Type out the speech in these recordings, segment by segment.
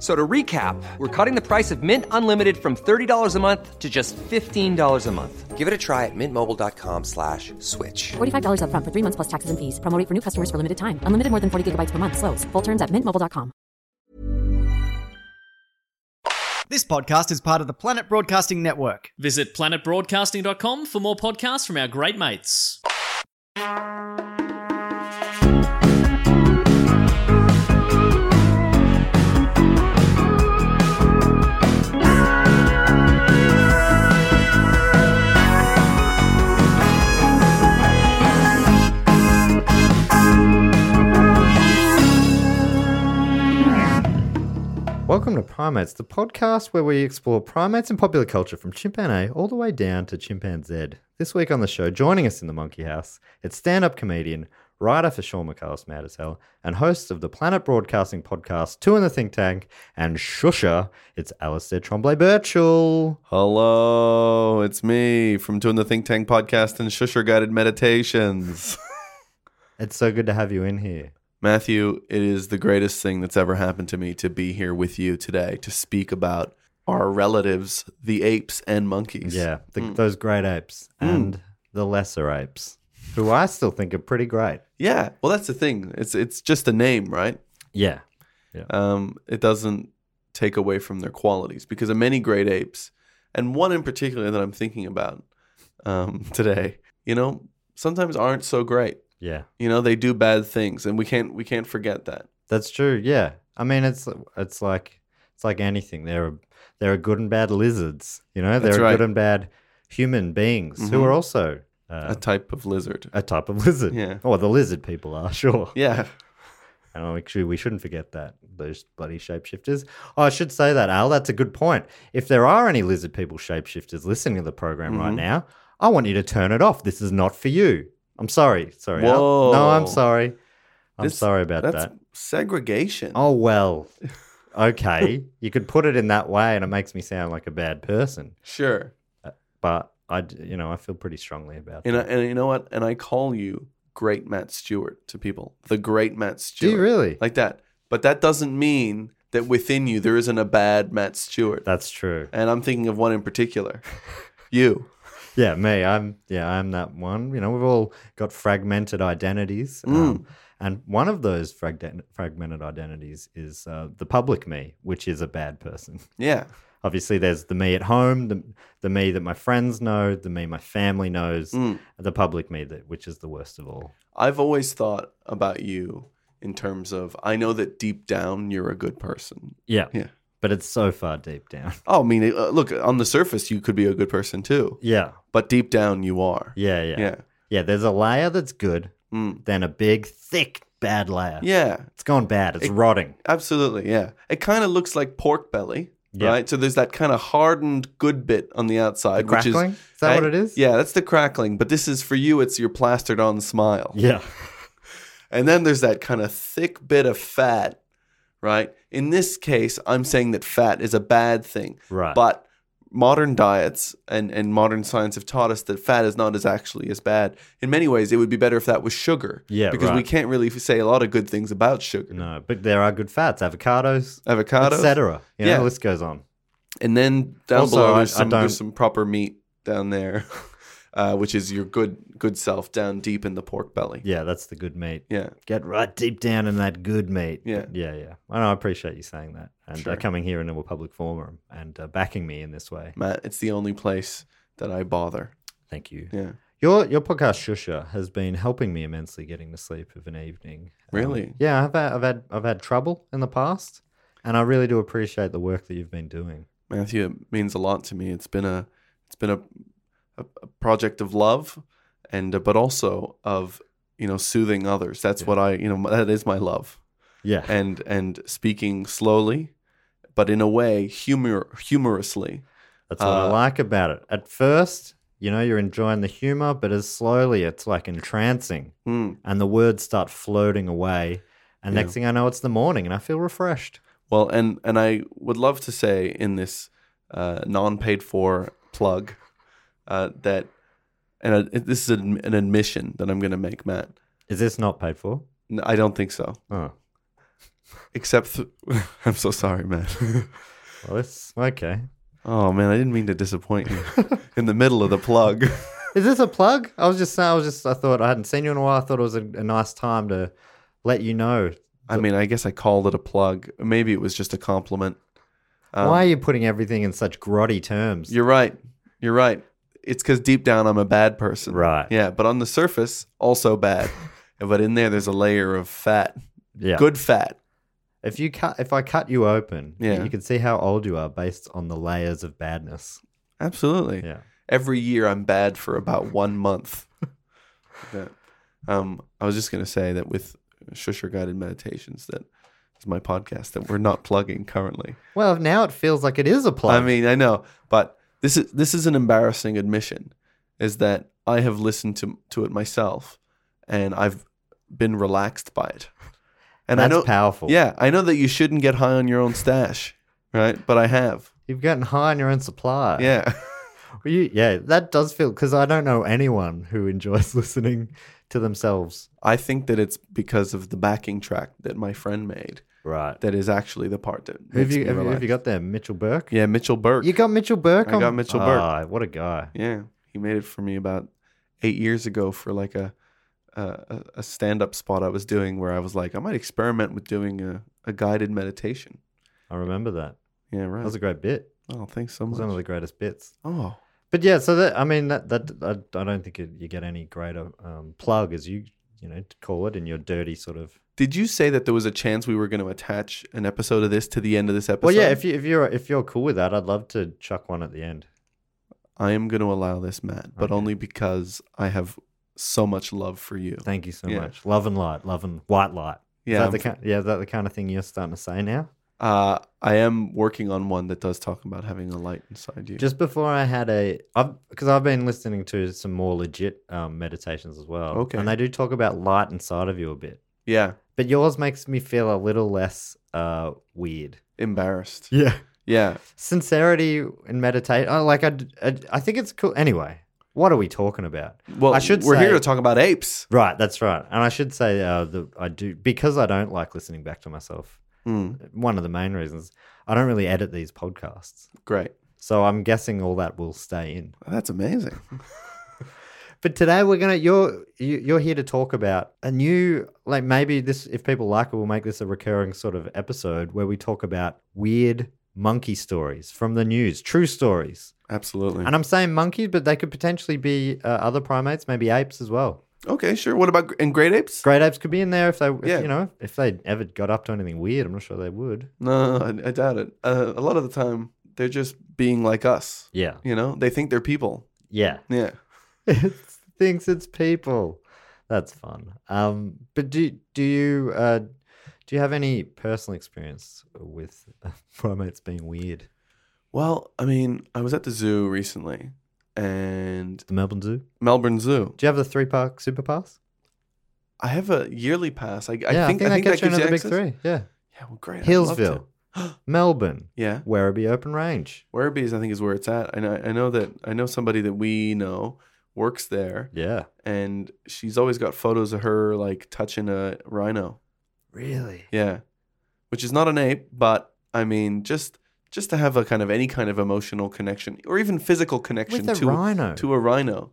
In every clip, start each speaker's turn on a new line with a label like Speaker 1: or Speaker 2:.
Speaker 1: So to recap, we're cutting the price of Mint Unlimited from $30 a month to just $15 a month. Give it a try at mintmobile.com slash switch.
Speaker 2: $45 upfront for three months plus taxes and fees. Promo rate for new customers for limited time. Unlimited more than 40 gigabytes per month. Slows. Full terms at mintmobile.com.
Speaker 3: This podcast is part of the Planet Broadcasting Network.
Speaker 4: Visit planetbroadcasting.com for more podcasts from our great mates.
Speaker 5: Welcome to Primates, the podcast where we explore primates and popular culture from chimpanzee all the way down to chimpanzee. This week on the show, joining us in the monkey house, it's stand-up comedian, writer for Sean McCall's Mad as Hell, and host of the Planet Broadcasting podcast, Two in the Think Tank, and Shusha, it's Alistair Tremblay-Birchall.
Speaker 6: Hello, it's me from doing the Think Tank podcast and Shusher Guided Meditations.
Speaker 5: It's so good to have you in here.
Speaker 6: Matthew, it is the greatest thing that's ever happened to me to be here with you today to speak about our relatives, the apes and monkeys.
Speaker 5: Yeah, the, those great apes and the lesser apes, who I still think are pretty great.
Speaker 6: Yeah. Well, that's the thing. It's it's just a name, right?
Speaker 5: Yeah.
Speaker 6: um, it doesn't take away from their qualities because of many great apes, and one in particular that I'm thinking about um, today, you know, sometimes aren't so great.
Speaker 5: Yeah.
Speaker 6: You know, they do bad things, and we can't we can't forget that.
Speaker 5: That's true. Yeah, I mean, it's it's like it's like anything. There are there are good and bad lizards. You know, there
Speaker 6: That's
Speaker 5: are
Speaker 6: right.
Speaker 5: good and bad human beings who
Speaker 6: Mhm.
Speaker 5: are also uh,
Speaker 6: A type of lizard.
Speaker 5: a type of lizard.
Speaker 6: Yeah.
Speaker 5: Or the lizard people are sure.
Speaker 6: Yeah.
Speaker 5: And I'm actually, we shouldn't forget that those bloody shapeshifters. Oh, I should say that, Al. That's a good point. If there are any lizard people shapeshifters listening to the program
Speaker 6: Mm-hmm.
Speaker 5: right now, I want you to turn it off. This is not for you. I'm sorry. Sorry, Al. No, I'm
Speaker 6: Whoa.
Speaker 5: sorry. I'm
Speaker 6: This-
Speaker 5: sorry about
Speaker 6: That's
Speaker 5: that.
Speaker 6: segregation.
Speaker 5: Oh well. Okay. you could put it in that way and it makes me sound like a bad person,
Speaker 6: Sure.
Speaker 5: but I d- you know, I feel pretty strongly about
Speaker 6: And, I,
Speaker 5: that.
Speaker 6: and you know what? And I call you Great Matt Stewart to people. The Great Matt
Speaker 5: Do
Speaker 6: Stewart.
Speaker 5: you really?
Speaker 6: Like that. But that doesn't mean that within you there isn't a bad Matt Stewart.
Speaker 5: That's true.
Speaker 6: and I'm thinking of one in particular. you.
Speaker 5: Yeah, me. I'm yeah, I'm that one. You know, we've all got fragmented identities.
Speaker 6: Mm.
Speaker 5: Um, and one of those fragden- fragmented identities is uh, the public me, which is a bad person.
Speaker 6: Yeah.
Speaker 5: Obviously, there's the me at home, the, the me that my friends know, the me my family knows,
Speaker 6: Mm.
Speaker 5: the public me, that, which is the worst of all.
Speaker 6: I've always thought about you in terms of I know that deep down you're a good person. Yeah.
Speaker 5: But it's so far deep down.
Speaker 6: Oh, I mean, uh, look, on the surface you could be a good person too,
Speaker 5: Yeah.
Speaker 6: but deep down you are.
Speaker 5: Yeah, yeah.
Speaker 6: Yeah.
Speaker 5: Yeah, there's a layer that's good,
Speaker 6: Mm.
Speaker 5: then a big, thick, bad layer.
Speaker 6: Yeah.
Speaker 5: It's gone bad. It's
Speaker 6: It-
Speaker 5: rotting.
Speaker 6: Absolutely, yeah. It kind of looks like pork belly,
Speaker 5: Yeah.
Speaker 6: right? So there's that kind of hardened good bit on the outside,
Speaker 5: The crackling?
Speaker 6: which
Speaker 5: Is that what it is?
Speaker 6: Yeah, that's the crackling. But this is for you. It's your plastered on smile,
Speaker 5: Yeah.
Speaker 6: and then there's that kind of thick bit of fat, right? In this case, I'm saying that fat is a bad thing,
Speaker 5: Right.
Speaker 6: But modern diets and, and modern science have taught us that fat is not as actually as bad. In many ways, it would be better if that was sugar,
Speaker 5: Yeah,
Speaker 6: because we
Speaker 5: right.
Speaker 6: can't really say a lot of good things about sugar.
Speaker 5: No, but there are good fats, avocados,
Speaker 6: Avocados,
Speaker 5: etc. You know,
Speaker 6: Yeah.
Speaker 5: the list goes on.
Speaker 6: And then down
Speaker 5: Also,
Speaker 6: below,
Speaker 5: Oh, I-
Speaker 6: there's
Speaker 5: I
Speaker 6: some,
Speaker 5: don't-
Speaker 6: there's some proper meat down there, uh, which is your good good self down deep in the pork belly.
Speaker 5: Yeah, that's the good meat.
Speaker 6: Yeah.
Speaker 5: Get right deep down in that good meat.
Speaker 6: Yeah.
Speaker 5: Yeah, yeah. I know, I appreciate you saying that and uh,
Speaker 6: Sure.
Speaker 5: coming here in a public forum and uh, backing me in this way.
Speaker 6: Matt, it's the only place that I bother.
Speaker 5: Thank you.
Speaker 6: Yeah.
Speaker 5: Your your podcast Shusha has been helping me immensely getting to sleep of an evening. Um,
Speaker 6: Really?
Speaker 5: yeah, I've had, I've had I've had trouble in the past, and I really do appreciate the work that you've been doing.
Speaker 6: Matthew, it means a lot to me. It's been a it's been a a, a project of love and uh, but also of you know soothing others. That's what I you know my- that is my love.
Speaker 5: Yeah,
Speaker 6: And and speaking slowly, but in a way humor humorously.
Speaker 5: that's what I
Speaker 6: uh,
Speaker 5: like about it. At first, you know, you're enjoying the humor, but as slowly, it's like entrancing,
Speaker 6: Mm.
Speaker 5: and the words start floating away. And next thing I know, it's the morning, and I feel refreshed.
Speaker 6: Well, and and I would love to say in this uh, non-paid for plug uh, that, and I, this is an, an admission that I'm going to make, Matt.
Speaker 5: Is this not paid for?
Speaker 6: N- I don't think so.
Speaker 5: Oh,
Speaker 6: Except, th- I'm so sorry, Matt.
Speaker 5: well, it's okay.
Speaker 6: oh man, I didn't mean to disappoint you in the middle of the plug.
Speaker 5: Is this a plug? I was just saying. I was just. I thought I hadn't seen you in a while. I thought it was a, a nice time to let you know.
Speaker 6: I mean, I guess I called it a plug. Maybe it was just a compliment.
Speaker 5: Why are you putting everything in such grotty terms?
Speaker 6: Um, You're right. You're right. It's because deep down I'm a bad person.
Speaker 5: Right.
Speaker 6: Yeah, but on the surface, also bad. but in there, there's a layer of fat.
Speaker 5: Yeah.
Speaker 6: Good fat.
Speaker 5: If you cut, if I cut you open,
Speaker 6: Yeah.
Speaker 5: you can see how old you are based on the layers of badness.
Speaker 6: Absolutely.
Speaker 5: Yeah.
Speaker 6: Every year, I'm bad for about one month. Yeah. Um, I was just gonna say that with Shusher Guided Meditations, that is my podcast that we're not plugging currently.
Speaker 5: Well, now it feels like it is a plug.
Speaker 6: I mean, I know, but this is this is an embarrassing admission, is that I have listened to to it myself, and I've been relaxed by it. And I
Speaker 5: That's
Speaker 6: know,
Speaker 5: powerful.
Speaker 6: Yeah, I know that you shouldn't get high on your own stash, right? But I have.
Speaker 5: you've gotten high on your own supply.
Speaker 6: Yeah,
Speaker 5: Well, you- yeah, that does feel because I don't know anyone who enjoys listening to themselves.
Speaker 6: I think that it's because of the backing track that my friend made.
Speaker 5: Right.
Speaker 6: that is actually the part that
Speaker 5: Who have
Speaker 6: makes
Speaker 5: you,
Speaker 6: me
Speaker 5: have, you- have
Speaker 6: relax.
Speaker 5: you got there? Mitchell Burke.
Speaker 6: Yeah, Mitchell Burke.
Speaker 5: You got Mitchell Burke.
Speaker 6: I
Speaker 5: on-
Speaker 6: got Mitchell Burke.
Speaker 5: Ah, what a guy.
Speaker 6: yeah, he made it for me about eight years ago for like a a, a stand up spot I was doing where I was like I might experiment with doing a, a guided meditation.
Speaker 5: I remember that.
Speaker 6: Yeah, right.
Speaker 5: That was a great bit.
Speaker 6: oh, thanks so
Speaker 5: It was one of the
Speaker 6: much.
Speaker 5: greatest bits.
Speaker 6: Oh,
Speaker 5: But yeah, so that I mean that that I, I don't think it, you get any greater um, plug as you you know call it in your dirty sort of.
Speaker 6: did you say that there was a chance we were going to attach an episode of this to the end of this episode?
Speaker 5: Well, yeah, if you if you're if you're cool with that, I'd love to chuck one at the end.
Speaker 6: I am going to allow this, Matt, but
Speaker 5: Okay.
Speaker 6: only because I have so much love for you.
Speaker 5: Thank you so
Speaker 6: Yeah.
Speaker 5: much. Love and light, love and white light. Is
Speaker 6: Yeah,
Speaker 5: that the
Speaker 6: I'm-
Speaker 5: kind, yeah, is that the kind of thing you're starting to say now?
Speaker 6: uh, I am working on one that does talk about having a light inside you.
Speaker 5: Just before I had a, I've because I've been listening to some more legit um, meditations as well.
Speaker 6: Okay.
Speaker 5: and they do talk about light inside of you a bit,
Speaker 6: yeah,
Speaker 5: but yours makes me feel a little less uh, weird.
Speaker 6: embarrassed.
Speaker 5: Yeah,
Speaker 6: Yeah.
Speaker 5: sincerity and meditate. Oh, like I, d- I, I think it's cool. Anyway, what are we talking about?
Speaker 6: Well,
Speaker 5: I should.
Speaker 6: we're
Speaker 5: say-
Speaker 6: here to talk about apes.
Speaker 5: Right, that's right. And I should say uh, that I do because I don't like listening back to myself.
Speaker 6: Hmm.
Speaker 5: One of the main reasons I don't really edit these podcasts,
Speaker 6: Great.
Speaker 5: so I'm guessing all that will stay in.
Speaker 6: That's amazing.
Speaker 5: But today we're gonna you're you- you're here to talk about a new like maybe this if people like it we'll make this a recurring sort of episode where we talk about weird monkey stories from the news, true stories.
Speaker 6: Absolutely.
Speaker 5: And I'm saying monkeys, but they could potentially be uh, other primates, maybe apes as well.
Speaker 6: Okay, sure. What about gr- and great apes?
Speaker 5: Great apes could be in there if they, if,
Speaker 6: Yeah.
Speaker 5: you know, if they ever got up to anything weird. I'm not sure they would.
Speaker 6: No, I, I doubt it. Uh, a lot of the time, they're just being like us.
Speaker 5: Yeah,
Speaker 6: You know, they think they're people.
Speaker 5: yeah.
Speaker 6: Yeah.
Speaker 5: it thinks it's people. That's fun. Um, but do do you uh, do you have any personal experience with primates being weird?
Speaker 6: Well, I mean, I was at the zoo recently, and
Speaker 5: The Melbourne Zoo.
Speaker 6: Melbourne Zoo.
Speaker 5: Do you have the three park super pass?
Speaker 6: I have a yearly pass. I, I
Speaker 5: yeah,
Speaker 6: think
Speaker 5: I think that gets you
Speaker 6: gives
Speaker 5: into the big
Speaker 6: access.
Speaker 5: three. Yeah,
Speaker 6: Yeah, well, great. I'd love to.
Speaker 5: Hillsville, Melbourne,
Speaker 6: Yeah.
Speaker 5: Werribee Open Range.
Speaker 6: Werribee's, I think, is where it's at. And I, I know that I know somebody that we know works there,
Speaker 5: Yeah,
Speaker 6: and she's always got photos of her like touching a rhino.
Speaker 5: really.
Speaker 6: Yeah. Which is not an ape, but I mean just just to have a kind of any kind of emotional connection or even physical connection
Speaker 5: With a
Speaker 6: to
Speaker 5: rhino.
Speaker 6: to a rhino.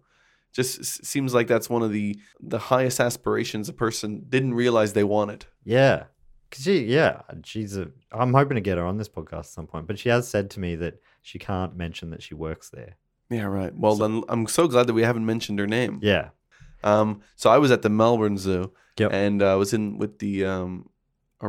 Speaker 6: Just s- seems like that's one of the the highest aspirations a person didn't realize they wanted.
Speaker 5: Yeah. 'Cause she, yeah, she's a. I'm hoping to get her on this podcast at some point, but she has said to me that she can't mention that she works there.
Speaker 6: Yeah, right. Well, then I'm so glad that we haven't mentioned her name.
Speaker 5: Yeah.
Speaker 6: Um, so I was at the Melbourne Zoo,
Speaker 5: Yep.
Speaker 6: and uh, I was in with the um,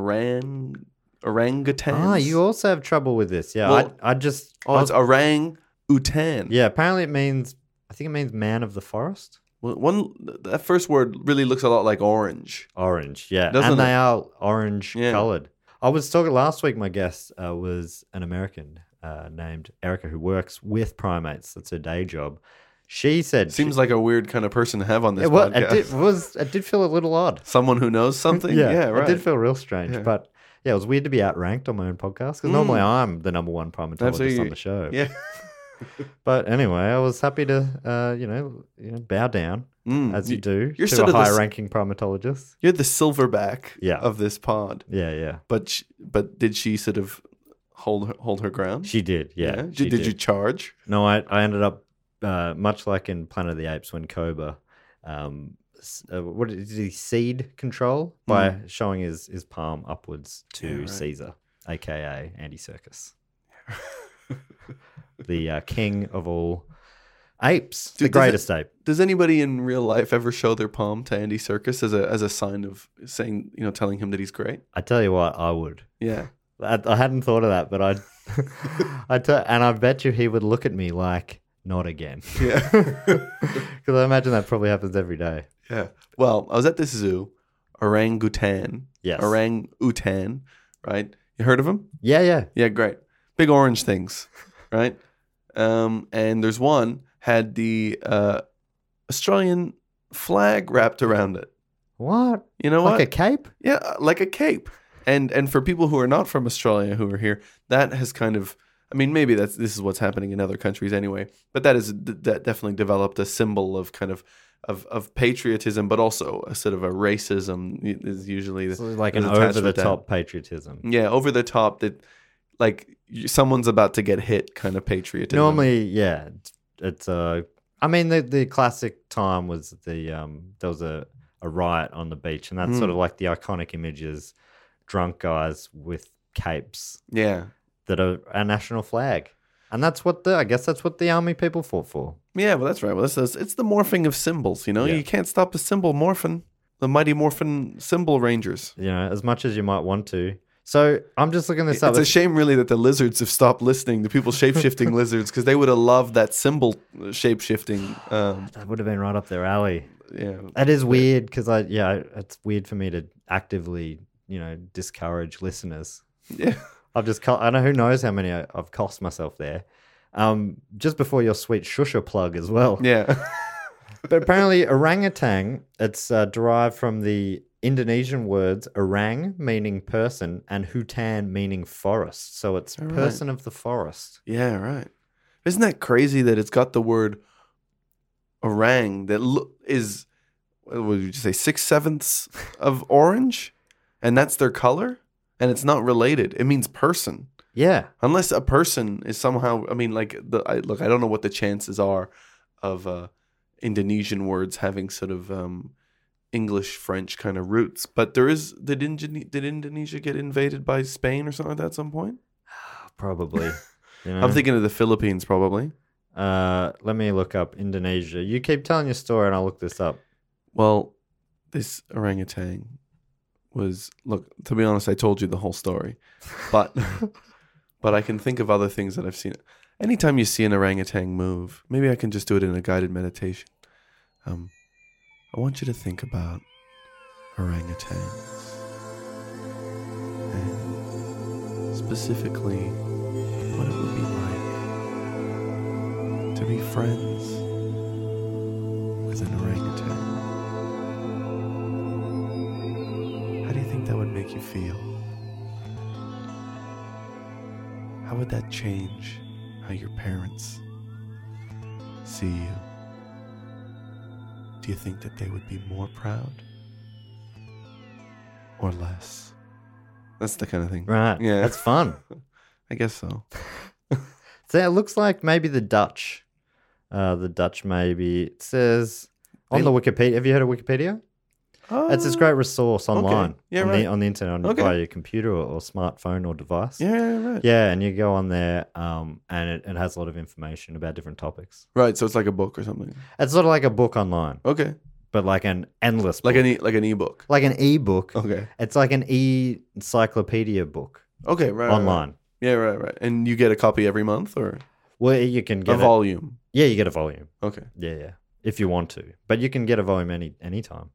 Speaker 6: orang orangutans.
Speaker 5: Ah, you also have trouble with this. Yeah.
Speaker 6: Well-
Speaker 5: I, I just.
Speaker 6: Oh, it's orang utan.
Speaker 5: yeah, apparently it means. I think it means man of the forest.
Speaker 6: Well, one that first word really looks a lot like orange.
Speaker 5: Orange, yeah.
Speaker 6: Doesn't
Speaker 5: and
Speaker 6: it?
Speaker 5: they are orange
Speaker 6: Yeah.
Speaker 5: colored. I was talking last week, my guest uh, was an American uh, named Erica who works with primates. That's her day job. She said.
Speaker 6: Seems like a weird kind of person to have on this
Speaker 5: It, was, it,
Speaker 6: podcast.
Speaker 5: did, was, it did feel a little odd.
Speaker 6: Someone who knows something. yeah, right.
Speaker 5: It did feel real strange,
Speaker 6: Yeah. Mm.
Speaker 5: but yeah, it was weird to be outranked on my own podcast because normally I'm the number one primatologist on
Speaker 6: Absolutely.
Speaker 5: the show.
Speaker 6: yeah.
Speaker 5: But anyway, I was happy to, uh, you know, you know, bow down
Speaker 6: Mm.
Speaker 5: as you
Speaker 6: You-
Speaker 5: do
Speaker 6: you're
Speaker 5: to
Speaker 6: sort
Speaker 5: a
Speaker 6: of the s-
Speaker 5: high-ranking primatologist.
Speaker 6: You're the silverback
Speaker 5: Yeah.
Speaker 6: of this pod.
Speaker 5: Yeah, yeah,
Speaker 6: But sh- but did she sort of hold her, hold her ground?
Speaker 5: she did. Yeah,
Speaker 6: Did,
Speaker 5: she
Speaker 6: did you charge?
Speaker 5: No, I, I ended up uh, much like in Planet of the Apes when Cobra, um, s- uh, what did he seed control
Speaker 6: Hmm.
Speaker 5: by showing his his palm upwards to Caesar, aka Andy Circus, the uh, king of all apes,
Speaker 6: Dude,
Speaker 5: the
Speaker 6: does it-
Speaker 5: greatest ape.
Speaker 6: Does anybody in real life ever show their palm to Andy Circus as a as a sign of saying you know telling him that he's great?
Speaker 5: I tell you what, I would.
Speaker 6: Yeah.
Speaker 5: I, I hadn't thought of that, but I, I t- and I bet you he would look at me like not again.
Speaker 6: Yeah.
Speaker 5: Because I imagine that probably happens every day.
Speaker 6: Yeah. Well, I was at this zoo, orangutan.
Speaker 5: Yes.
Speaker 6: Orangutan, right? You heard of him?
Speaker 5: Yeah, yeah.
Speaker 6: Yeah, great. Big orange things, right? Um, and there's one had the uh, Australian flag wrapped around it.
Speaker 5: What?
Speaker 6: You know
Speaker 5: like
Speaker 6: what?
Speaker 5: a cape?
Speaker 6: Yeah, uh, like a cape. And and for people who are not from Australia who are here, that has kind of I mean maybe that's this is what's happening in other countries anyway, but that is d- that definitely developed a symbol of kind of of, of patriotism, but also a sort of a racism i- is usually
Speaker 5: It's like an
Speaker 6: is attached
Speaker 5: over the
Speaker 6: with that. Mm,
Speaker 5: top patriotism.
Speaker 6: Yeah, over the top that like y- someone's about to get hit kind of patriotism.
Speaker 5: Normally, yeah, it's- it's Uh, I mean, the the classic time was the um there was a a riot on the beach, and that's sort
Speaker 6: Mm.
Speaker 5: of like the iconic images, drunk guys with capes
Speaker 6: yeah.
Speaker 5: that are a national flag, and that's what the I guess that's what the army people fought for.
Speaker 6: Yeah, well, that's right. Well, this is, it's the morphing of symbols. You know,
Speaker 5: Yeah.
Speaker 6: you can't stop a symbol morphing. The mighty morphin symbol rangers.
Speaker 5: You know, as much as you might want to. So I'm just looking this up.
Speaker 6: It's a shame, really, that the lizards have stopped listening to people shape shifting lizards because they would have loved that symbol shape shifting. Um,
Speaker 5: that would have been right up their alley.
Speaker 6: yeah,
Speaker 5: That is weird because I yeah, I- it's weird for me to actively you know discourage listeners.
Speaker 6: yeah,
Speaker 5: I've just co- I know who knows how many I, I've cost myself there. Um, just before your sweet shusha plug as well.
Speaker 6: yeah.
Speaker 5: But apparently orangutan, it's uh, derived from the Indonesian words orang meaning person and hutan meaning forest. So it's
Speaker 6: All right.
Speaker 5: person of the forest.
Speaker 6: Yeah, right. Isn't that crazy that it's got the word orang that lo- is what would you say six sevenths of orange, and that's their color, and it's not related. It means person.
Speaker 5: Yeah.
Speaker 6: unless a person is somehow i mean like the I, look i don't know what the chances are of uh indonesian words having sort of um english french kind of roots but there is did, Indone- did indonesia get invaded by spain or something like that at some point
Speaker 5: Probably. You know?
Speaker 6: i'm thinking of the philippines probably
Speaker 5: uh, let me look up Indonesia. You keep telling your story and I'll look this up.
Speaker 6: well this orangutan was look to be honest i told you the whole story but but i can think of other things that i've seen anytime you see an orangutan move maybe i can just do it in a guided meditation um i want you to think about orangutans and specifically what it would be like to be friends with an orangutan How do you think that would make you feel? How would that change how your parents see you? Do you think that they would be more proud or less? That's the kind of thing.
Speaker 5: Right.
Speaker 6: Yeah.
Speaker 5: That's fun.
Speaker 6: I guess so.
Speaker 5: So it looks like maybe the Dutch. Uh, the Dutch maybe. It says on the Wikipedia. Have you heard of Wikipedia?
Speaker 6: Oh,
Speaker 5: It's this great resource online
Speaker 6: Yeah,
Speaker 5: on,
Speaker 6: right.
Speaker 5: the, on the internet on
Speaker 6: Okay.
Speaker 5: via your computer or, or smartphone or device.
Speaker 6: Yeah, yeah, right.
Speaker 5: Yeah, and you go on there, um, and it, it has a lot of information about different topics.
Speaker 6: Right, so it's like a book or something.
Speaker 5: It's sort of like a book online,
Speaker 6: Okay,
Speaker 5: but like an endless,
Speaker 6: like
Speaker 5: book.
Speaker 6: an e- like an ebook.
Speaker 5: like an e-book.
Speaker 6: Okay,
Speaker 5: It's like an e-encyclopedia book
Speaker 6: okay, right. right, Right.
Speaker 5: online.
Speaker 6: Yeah, right, right. And you get a copy every month or
Speaker 5: Where you can get
Speaker 6: a
Speaker 5: it-
Speaker 6: volume.
Speaker 5: Yeah, you get a volume.
Speaker 6: Okay,
Speaker 5: Yeah, yeah. If you want to, but you can get a volume any any time.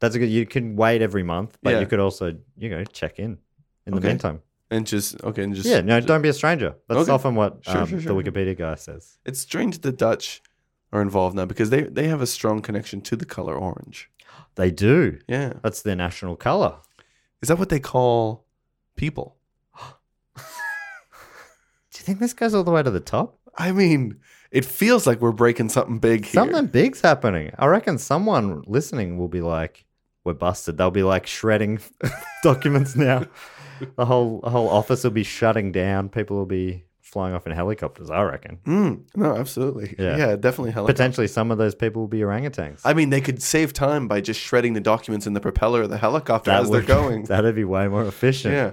Speaker 5: That's a good. You can wait every month, but
Speaker 6: Yeah.
Speaker 5: you could also you know check in in the
Speaker 6: Okay.
Speaker 5: meantime.
Speaker 6: and just okay, and just
Speaker 5: yeah, no, don't be a stranger. That's
Speaker 6: Okay.
Speaker 5: often what
Speaker 6: Sure,
Speaker 5: um,
Speaker 6: sure,
Speaker 5: the
Speaker 6: sure, sure.
Speaker 5: Wikipedia guy says.
Speaker 6: It's strange the Dutch are involved now because they they have a strong connection to the color orange.
Speaker 5: They do.
Speaker 6: Yeah,
Speaker 5: That's their national color.
Speaker 6: is that what they call people?
Speaker 5: Do you think this goes all the way to the top?
Speaker 6: I mean, it feels like we're breaking something big here.
Speaker 5: Something big's happening. I reckon someone listening will be like, "We're busted." They'll be like shredding documents now. The whole the whole office will be shutting down. People will be flying off in helicopters. I reckon.
Speaker 6: Mm, no, absolutely.
Speaker 5: Yeah.
Speaker 6: Yeah, definitely. Hell
Speaker 5: Potentially, some of those people will be orangutans.
Speaker 6: I mean, they could save time by just shredding the documents in the propeller of the helicopter as
Speaker 5: would-
Speaker 6: they're going.
Speaker 5: That'd be way more efficient.
Speaker 6: yeah.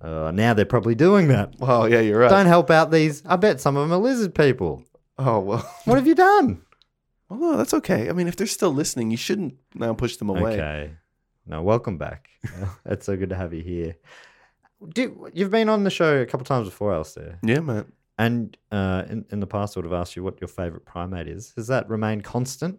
Speaker 5: Uh, now they're probably doing that.
Speaker 6: Well, yeah, you're right.
Speaker 5: Don't help out these. I bet some of them are lizard people.
Speaker 6: Oh well.
Speaker 5: What have you done?
Speaker 6: Well, no, that's okay. I mean, if they're still listening, you shouldn't now push them away.
Speaker 5: Okay. No, welcome back. it's so good to have you here. Do, you've been on the show a couple times before, Alistair,
Speaker 6: Yeah, man.
Speaker 5: and uh, in, in the past, I would have asked you what your favorite primate is. Has that remained constant?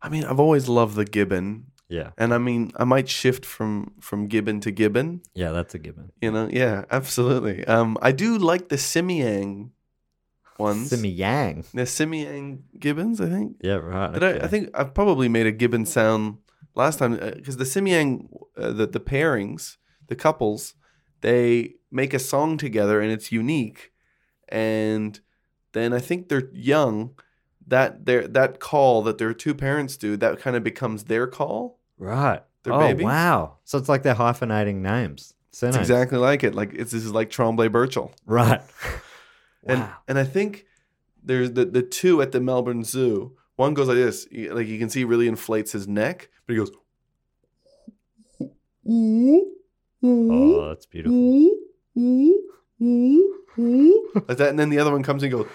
Speaker 6: I mean, I've always loved the gibbon,
Speaker 5: Yeah.
Speaker 6: and I mean, I might shift from from gibbon to gibbon.
Speaker 5: Yeah, that's a given.
Speaker 6: You know, yeah, absolutely. Um, I do like the simiang ones.
Speaker 5: Simi Yang.
Speaker 6: the simiang gibbons, I think.
Speaker 5: Yeah, right.
Speaker 6: Did
Speaker 5: okay.
Speaker 6: I, I think I probably made a gibbon sound last time because the simiang, uh, the the pairings, the couples, they make a song together and it's unique, and then I think they're young. That their that call that their two parents do that kind of becomes their call.
Speaker 5: Right.
Speaker 6: They're
Speaker 5: oh,
Speaker 6: babies.
Speaker 5: wow. So it's like they're hyphenating names.
Speaker 6: It's
Speaker 5: Surnames.
Speaker 6: exactly like it. Like it's this is like Trombley Birchall.
Speaker 5: Right.
Speaker 6: And
Speaker 5: Wow.
Speaker 6: and I think there's the the two at the Melbourne Zoo. One goes like this, you- like you can see, really inflates his neck, but he goes.
Speaker 5: Oh, that's beautiful.
Speaker 6: like that, and then the other one comes and goes.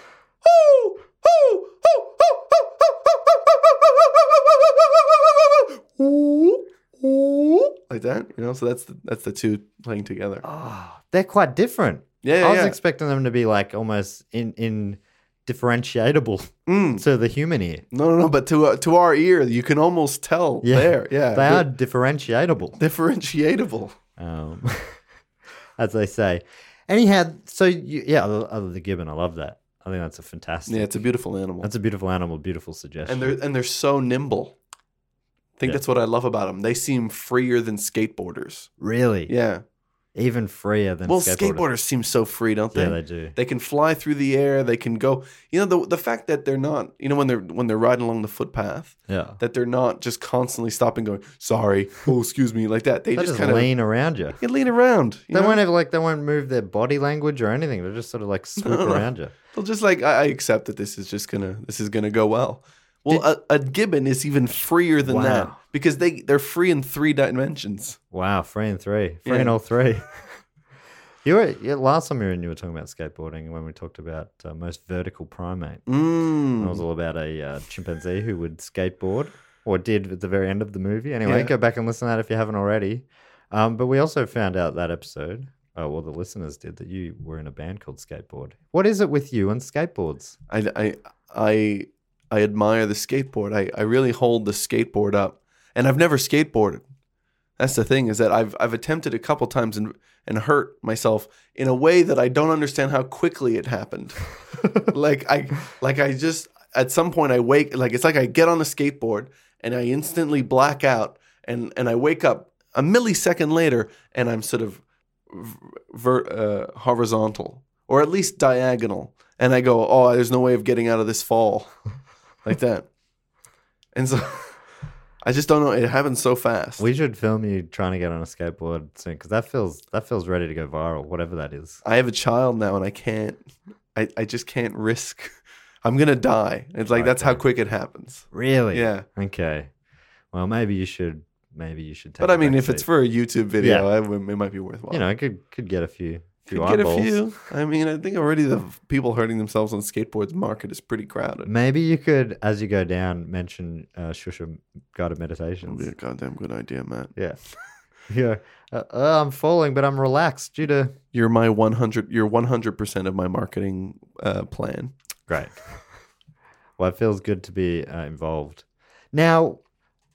Speaker 6: Like that, you know. So that's the, that's the two playing together.
Speaker 5: Oh, they're quite different.
Speaker 6: Yeah, yeah.
Speaker 5: I was
Speaker 6: yeah.
Speaker 5: expecting them to be like almost in in differentiable
Speaker 6: Mm.
Speaker 5: to the human ear.
Speaker 6: No, no, no. But to uh, to our ear, you can almost tell
Speaker 5: Yeah,
Speaker 6: there. Yeah,
Speaker 5: They are
Speaker 6: they're
Speaker 5: differentiable,
Speaker 6: differentiatable.
Speaker 5: um, as they say. Anyhow, so you, yeah, I lo- I love the gibbon. I love that. I think that's a fantastic.
Speaker 6: Yeah, it's a beautiful animal.
Speaker 5: that's a beautiful animal. Beautiful suggestion.
Speaker 6: and they're and they're so nimble. I think
Speaker 5: Yeah.
Speaker 6: that's what I love about them. They seem freer than skateboarders.
Speaker 5: really
Speaker 6: Yeah.
Speaker 5: even freer than
Speaker 6: well, skateboarders.
Speaker 5: skateboarders.
Speaker 6: seem so free, don't they?
Speaker 5: Yeah, they do.
Speaker 6: They can fly through the air. They can go. You know the the fact that they're not. You know when they're when they're riding along the footpath,
Speaker 5: yeah,
Speaker 6: that they're not just constantly stopping, going sorry, oh excuse me, like that. They
Speaker 5: they
Speaker 6: just,
Speaker 5: just,
Speaker 6: kind
Speaker 5: lean around you.
Speaker 6: of they lean around. You
Speaker 5: They
Speaker 6: know?
Speaker 5: won't have like they won't move their body language or anything. They'll just sort of like swoop
Speaker 6: No.
Speaker 5: around you.
Speaker 6: They'll just like I, I accept that this is just gonna this is gonna go well. Well, a, a gibbon is even freer than that
Speaker 5: Wow.
Speaker 6: because they they're free in three dimensions.
Speaker 5: Wow, three and three, three
Speaker 6: Yeah.
Speaker 5: and all three. you were yeah, last time you were in, you were talking about skateboarding when we talked about uh, most vertical primate.
Speaker 6: Mm.
Speaker 5: And it was all about a uh, chimpanzee who would skateboard or did at the very end of the movie. Anyway,
Speaker 6: Yeah.
Speaker 5: go back and listen to that if you haven't already. Um, but we also found out that episode, uh, well, the listeners did, that you were in a band called Skateboard. What is it with you and skateboards?
Speaker 6: I, I, I, I admire the skateboard. I, I really hold the skateboard up, and I've never skateboarded. That's the thing is that I've I've attempted a couple times and and hurt myself in a way that I don't understand how quickly it happened. like I like I just at some point I wake like it's like I get on a skateboard and I instantly black out and and I wake up a millisecond later and I'm sort of ver- uh, horizontal or at least diagonal. And I go, oh, there's no way of getting out of this fall like that. And so I just don't know. It happens so fast.
Speaker 5: We should film you trying to get on a skateboard soon because that feels that feels ready to go viral, whatever that is.
Speaker 6: I have a child now and I can't, I, I just can't risk. I'm going to die. It's like, that's how quick it happens.
Speaker 5: Really?
Speaker 6: Yeah.
Speaker 5: Okay. well, maybe you should, maybe you should take.
Speaker 6: But I mean, if
Speaker 5: backseat.
Speaker 6: it's for a YouTube video,
Speaker 5: Yeah.
Speaker 6: I would- it might be worthwhile.
Speaker 5: you know, I could could get a few, few
Speaker 6: Could get
Speaker 5: eyeballs.
Speaker 6: a few. I mean, I think already the people hurting themselves on skateboards market is pretty crowded.
Speaker 5: Maybe you could, as you go down, mention uh, Shusha guided
Speaker 6: That'd
Speaker 5: meditations.
Speaker 6: be a goddamn good idea, Matt.
Speaker 5: Yeah, yeah. Uh, uh, I'm falling, but I'm relaxed due to
Speaker 6: You're my 100. You're 100 percent of my marketing uh, plan.
Speaker 5: Great. well, it feels good to be uh, involved. Now,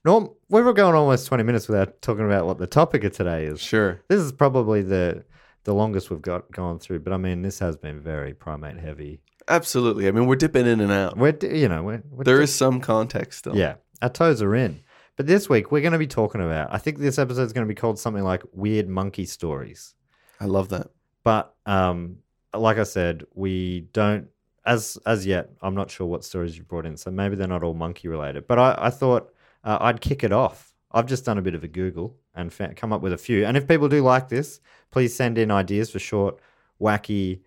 Speaker 5: Norm, we were going almost 20 minutes without talking about what the topic of today is.
Speaker 6: Sure.
Speaker 5: This is probably the the longest we've got gone through, but I mean, this has been very primate heavy.
Speaker 6: Absolutely. I mean, we're dipping in and out.
Speaker 5: We're, d- you know, we're, we're
Speaker 6: Oh. There
Speaker 5: d-
Speaker 6: is some context still.
Speaker 5: yeah, our toes are in. But this week, we're going to be talking about, I think this episode is going to be called something like Weird Monkey Stories.
Speaker 6: I love that.
Speaker 5: but um like i said we don't as as yet i'm not sure what stories you brought in so maybe they're not all monkey related but i i thought uh, i'd kick it off i've just done a bit of a google and fa- come up with a few and if people do like this please send in ideas for short wacky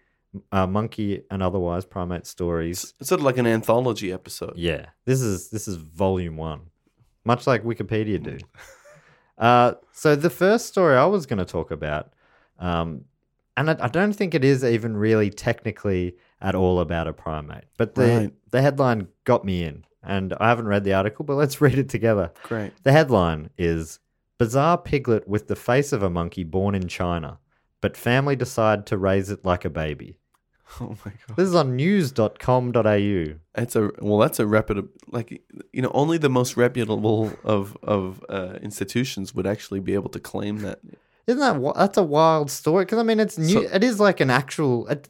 Speaker 5: uh, monkey and otherwise primate stories
Speaker 6: It's, it's sort of like an anthology episode.
Speaker 5: yeah this is this is volume one much like wikipedia do uh, so the first story I was going to talk about, um, and I, I don't think it is even really technically at all about a primate, but the
Speaker 6: Right.
Speaker 5: the headline got me in, and I haven't read the article, but let's read it together.
Speaker 6: Great.
Speaker 5: The headline is "Bizarre piglet with the face of a monkey born in China, but family decide to raise it like a baby."
Speaker 6: Oh my god.
Speaker 5: This is on news.com.au.
Speaker 6: It's a well. That's a reputable, like you know, only the most reputable of of uh, institutions would actually be able to claim that.
Speaker 5: Isn't that wi- that's a wild story? Because I mean, it's new.
Speaker 6: So-
Speaker 5: it is like an actual. It,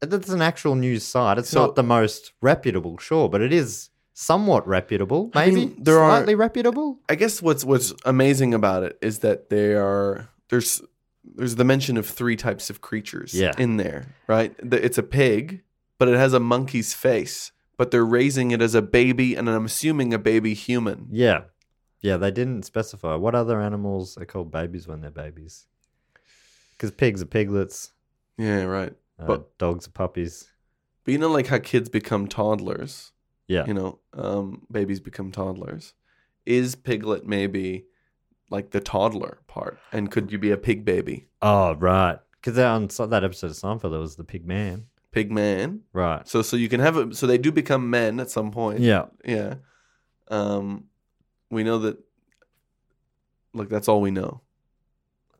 Speaker 5: it's an actual news site. It's
Speaker 6: So-
Speaker 5: not the most reputable, sure, but it is somewhat reputable.
Speaker 6: I
Speaker 5: Maybe
Speaker 6: mean, there are-
Speaker 5: slightly reputable.
Speaker 6: I guess what's what's amazing about it is that they are there's there's the mention of three types of creatures
Speaker 5: Yeah.
Speaker 6: in there, right? The, it's a pig, but it has a monkey's face, but they're raising it as a baby, and I'm assuming a baby human.
Speaker 5: Yeah, yeah. They didn't specify what other animals are called babies when they're babies. Because pigs are piglets,
Speaker 6: Yeah, right.
Speaker 5: uh,
Speaker 6: But-
Speaker 5: dogs are puppies.
Speaker 6: But you know, like how kids become toddlers.
Speaker 5: Yeah,
Speaker 6: you know, um, babies become toddlers. Is piglet maybe like the toddler part? And could you be a pig baby,
Speaker 5: Oh right, because on so- that episode of Seinfeld, there was the pig man.
Speaker 6: pig man?
Speaker 5: Right.
Speaker 6: So so you can have a, so they do become men at some point.
Speaker 5: Yeah.
Speaker 6: yeah. Um, we know that. Like that's all we know.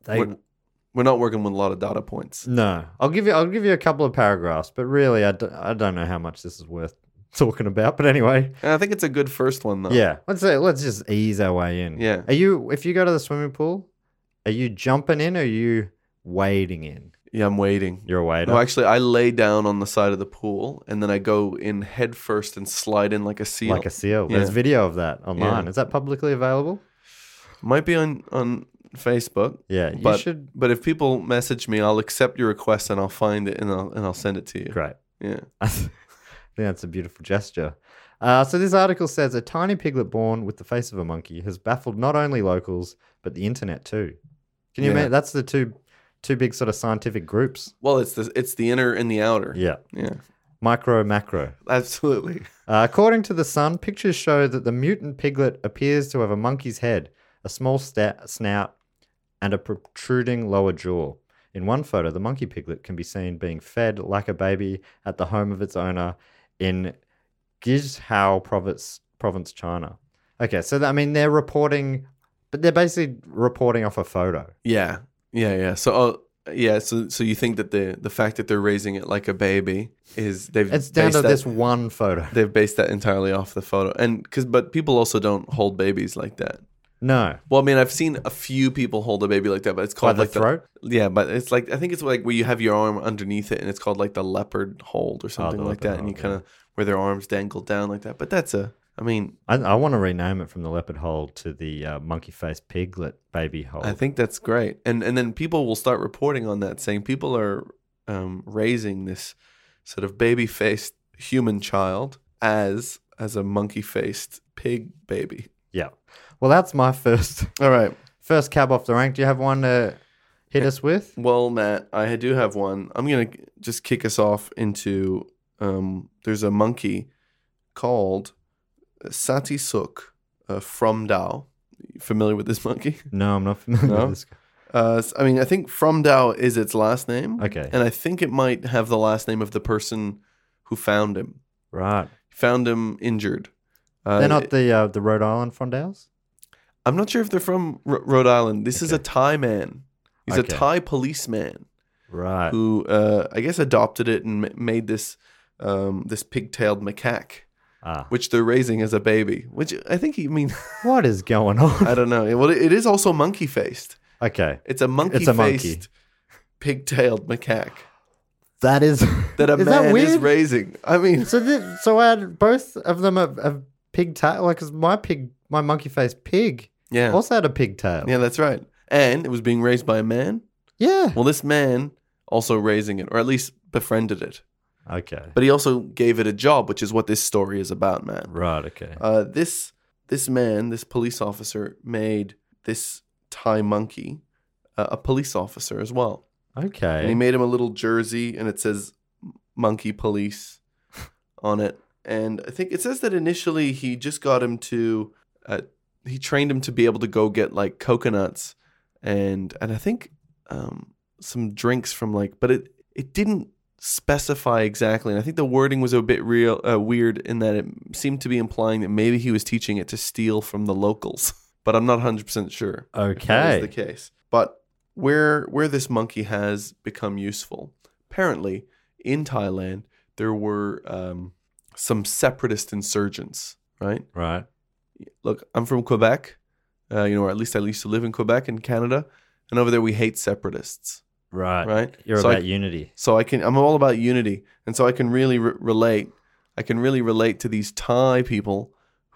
Speaker 5: They, Mm.
Speaker 6: we're, we're not working with a lot of data points.
Speaker 5: No, I'll give you. I'll give you a couple of paragraphs, but really, I, d- I don't know how much this is worth talking about. But anyway,
Speaker 6: And I think it's a good first one though.
Speaker 5: yeah, let's say, let's just ease our way in.
Speaker 6: Oh. Yeah.
Speaker 5: Are you if you go to the swimming pool, are you jumping in or are you wading in?
Speaker 6: yeah. I'm waiting.
Speaker 5: You're a wader.
Speaker 6: No, actually, I lay down on the side of the pool and then I go in head first and slide in like a seal.
Speaker 5: like a seal.
Speaker 6: Yeah.
Speaker 5: There's video of that online.
Speaker 6: Yeah.
Speaker 5: Is that publicly available?
Speaker 6: Might be on on Facebook.
Speaker 5: Yeah, you
Speaker 6: but,
Speaker 5: should-
Speaker 6: But if people message me, I'll accept your request and I'll find it and I'll and I'll send it to you.
Speaker 5: Great.
Speaker 6: Yeah.
Speaker 5: I think that's a beautiful gesture. Uh, so this article says a tiny piglet born with the face of a monkey has baffled not only locals but the internet too. Can you
Speaker 6: Yeah.
Speaker 5: imagine? That's the two two big sort of scientific groups.
Speaker 6: Well, it's the it's the inner and the outer.
Speaker 5: Yeah,
Speaker 6: Yeah.
Speaker 5: micro macro.
Speaker 6: Absolutely.
Speaker 5: Uh, according to the Sun, pictures show that the mutant piglet appears to have a monkey's head, a small sta- snout, and a protruding lower jaw. In one photo, the monkey piglet can be seen being fed like a baby at the home of its owner in Guizhou province, province, China. Okay, so that, I mean they're reporting, but they're basically reporting off a photo.
Speaker 6: Yeah. Yeah. Yeah. So. Uh, yeah, so so you think that the the fact that they're raising it like a baby is they've
Speaker 5: It's down
Speaker 6: based
Speaker 5: to
Speaker 6: that-
Speaker 5: this one photo.
Speaker 6: they've based that entirely off the photo and because but people also don't hold babies like that.
Speaker 5: No,
Speaker 6: Well, I mean, I've seen a few people hold a baby like that, but it's called
Speaker 5: the
Speaker 6: like
Speaker 5: throat?
Speaker 6: yeah, but it's like I think it's like where you have your arm underneath it, and it's called like the leopard hold or something
Speaker 5: Oh, the
Speaker 6: like that,
Speaker 5: leopard
Speaker 6: and you
Speaker 5: hold,
Speaker 6: kind of where their arms dangle down like that. But that's a, I mean,
Speaker 5: I, I want to rename it from the leopard hole to the uh, monkey face piglet baby hole.
Speaker 6: I think that's great, and and then people will start reporting on that, saying people are um, raising this sort of baby faced human child as as a monkey faced pig baby.
Speaker 5: Yeah. Well, that's my first
Speaker 6: All right.
Speaker 5: first cab off the rank. Do you have one to hit us with?
Speaker 6: Well, Matt, I do have one. I'm gonna just kick us off into. Um, there's a monkey called Satisuk uh, from Dao, familiar with this monkey?
Speaker 5: No, I'm not familiar
Speaker 6: No?
Speaker 5: with this guy.
Speaker 6: Uh, s- I mean, I think Fromdau is its last name.
Speaker 5: Okay.
Speaker 6: And I think it might have the last name of the person who found him.
Speaker 5: Right.
Speaker 6: Found him injured. Uh,
Speaker 5: They're not the uh, the Rhode Island Fondales?
Speaker 6: I'm not sure if they're from R- Rhode Island. This is a Thai man. He's
Speaker 5: Okay.
Speaker 6: a Thai policeman
Speaker 5: Right.
Speaker 6: who, uh, I guess, adopted it and ma- made this um, this pigtailed macaque,
Speaker 5: Ah.
Speaker 6: which they're raising as a baby. Which I think he mean
Speaker 5: What is going on?
Speaker 6: I don't know. Well, it is also monkey faced.
Speaker 5: okay.
Speaker 6: It's a monkey
Speaker 5: It's a monkey.
Speaker 6: faced, pigtailed macaque
Speaker 5: That is
Speaker 6: that a
Speaker 5: is
Speaker 6: man
Speaker 5: that weird?
Speaker 6: is raising. I mean,
Speaker 5: So, thi- so I had both of them have, have pigtail. Like, 'cause my pig, my monkey face pig,
Speaker 6: yeah,
Speaker 5: also had a pigtail.
Speaker 6: yeah, that's right. And it was being raised by a man.
Speaker 5: Yeah.
Speaker 6: Well, this man also raising it, or at least befriended it.
Speaker 5: Okay.
Speaker 6: But he also gave it a job, which is what this story is about, man.
Speaker 5: Right. Okay.
Speaker 6: Uh, this this man, this police officer, made this Thai monkey uh, a police officer as well. And he
Speaker 5: Okay.
Speaker 6: made him a little jersey, and it says "Monkey Police" on it. And I think it says that initially he just got him to, uh, he trained him to be able to go get like coconuts, and and I think um, some drinks from like, but it it didn't specify exactly. And I think the wording was a bit real uh, weird in that it seemed to be implying that maybe he was teaching it to steal from the locals. But I'm not 100 percent sure if that is
Speaker 5: Okay.
Speaker 6: the case. But where where this monkey has become useful, apparently in Thailand there were um, some separatist insurgents. Right?
Speaker 5: Right.
Speaker 6: Look, I'm from Quebec, uh, you know, or at least I used to live in Quebec in Canada, and over there we hate separatists.
Speaker 5: Right.
Speaker 6: Right.
Speaker 5: You're
Speaker 6: So I-
Speaker 5: about unity.
Speaker 6: So I can I'm all about unity, and so I can really re- relate. I can really relate to these Thai people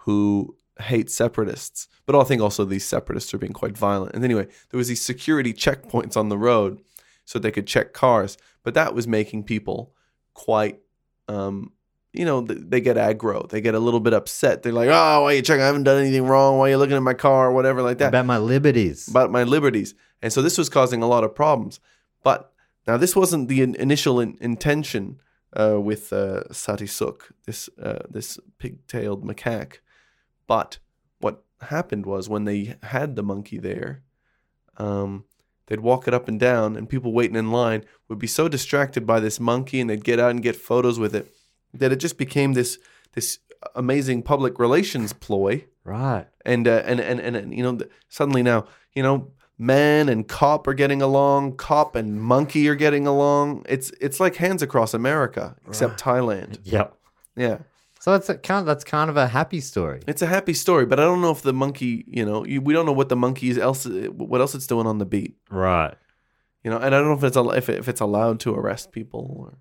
Speaker 6: who hate separatists, but I think also these separatists are being quite violent. And anyway, there was these security checkpoints on the road so they could check cars, but that was making people quite. Um, you know, th- they get aggro. They get a little bit upset. They're like, "Oh, why are you checking? I haven't done anything wrong. Why are you looking at my car? Or whatever, like that."
Speaker 5: About my liberties.
Speaker 6: about my liberties. And so this was causing a lot of problems. But now this wasn't the in- initial in- intention uh, with uh, Satisuk, this uh, this pigtailed macaque. But what happened was when they had the monkey there, um, they'd walk it up and down, and people waiting in line would be so distracted by this monkey, and they'd get out and get photos with it, that it just became this this amazing public relations ploy
Speaker 5: right.
Speaker 6: and uh, and, and and and you know th- suddenly now you know man and cop are getting along cop and monkey are getting along it's it's like hands across america except thailand
Speaker 5: Yep.
Speaker 6: yeah
Speaker 5: So that's a kind. That's kind of a happy story.
Speaker 6: it's a happy story but i don't know if the monkey you know you, we don't know what the monkey is else what else it's doing on the beat
Speaker 5: Right.
Speaker 6: you know and i don't know if it's al- if, it, if it's allowed to arrest people or,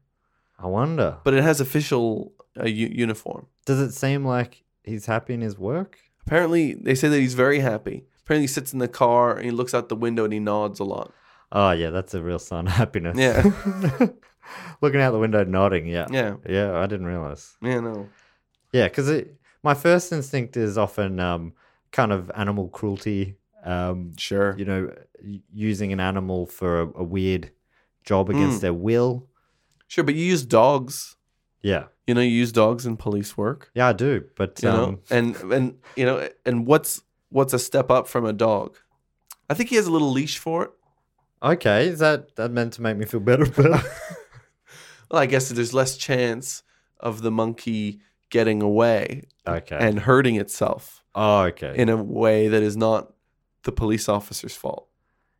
Speaker 5: I wonder.
Speaker 6: but it has official uh, u- uniform
Speaker 5: Does it seem like he's happy in his work?
Speaker 6: apparently they say that he's very happy apparently he sits in the car and he looks out the window and he nods a lot
Speaker 5: Oh yeah, that's a real sign of happiness.
Speaker 6: Yeah.
Speaker 5: Looking out the window, nodding. Yeah.
Speaker 6: yeah
Speaker 5: Yeah. I didn't realize.
Speaker 6: yeah no
Speaker 5: Yeah, because my first instinct is often um, kind of animal cruelty. Um,
Speaker 6: sure
Speaker 5: you know, y- using an animal for a, a weird job
Speaker 6: Mm.
Speaker 5: against their will.
Speaker 6: Sure, but you use dogs.
Speaker 5: Yeah,
Speaker 6: You know, you use dogs in police work.
Speaker 5: yeah, I do. But
Speaker 6: You know,
Speaker 5: um,
Speaker 6: and and you know, and what's what's a step up from a dog? I think he has a little leash for it.
Speaker 5: okay, is that that meant to make me feel better? But
Speaker 6: Well, I guess there's less chance of the monkey getting away
Speaker 5: okay,
Speaker 6: and hurting itself
Speaker 5: oh, okay.
Speaker 6: in a way that is not the police officer's fault.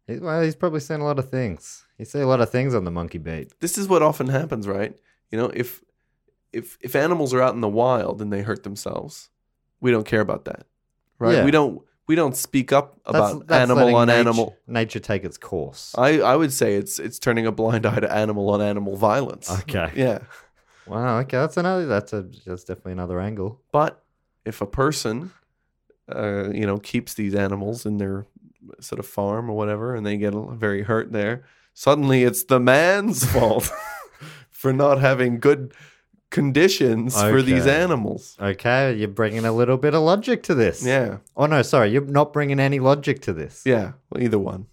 Speaker 5: He- well, he's probably seen a lot of things. He see a lot of things on the monkey beat.
Speaker 6: This is what often happens, right? You know, if if if animals are out in the wild and they hurt themselves, we don't care about that. Right?
Speaker 5: Yeah.
Speaker 6: We don't we don't speak up
Speaker 5: That's-
Speaker 6: about
Speaker 5: that's
Speaker 6: animal
Speaker 5: letting
Speaker 6: on
Speaker 5: nature-
Speaker 6: animal. Uh,
Speaker 5: Nature take its course.
Speaker 6: I, I would say it's it's turning a blind eye to animal on animal violence.
Speaker 5: okay.
Speaker 6: Yeah.
Speaker 5: Wow. Okay, that's another. That's a. That's definitely another angle.
Speaker 6: But if a person uh, you know keeps these animals in their sort of farm or whatever and they get very hurt there, suddenly it's the man's fault for not having good conditions for these
Speaker 5: Okay.
Speaker 6: animals.
Speaker 5: Okay, you're bringing a little bit of logic to this.
Speaker 6: Yeah.
Speaker 5: Oh no, sorry, you're not bringing any logic to this.
Speaker 6: Yeah, well, either one.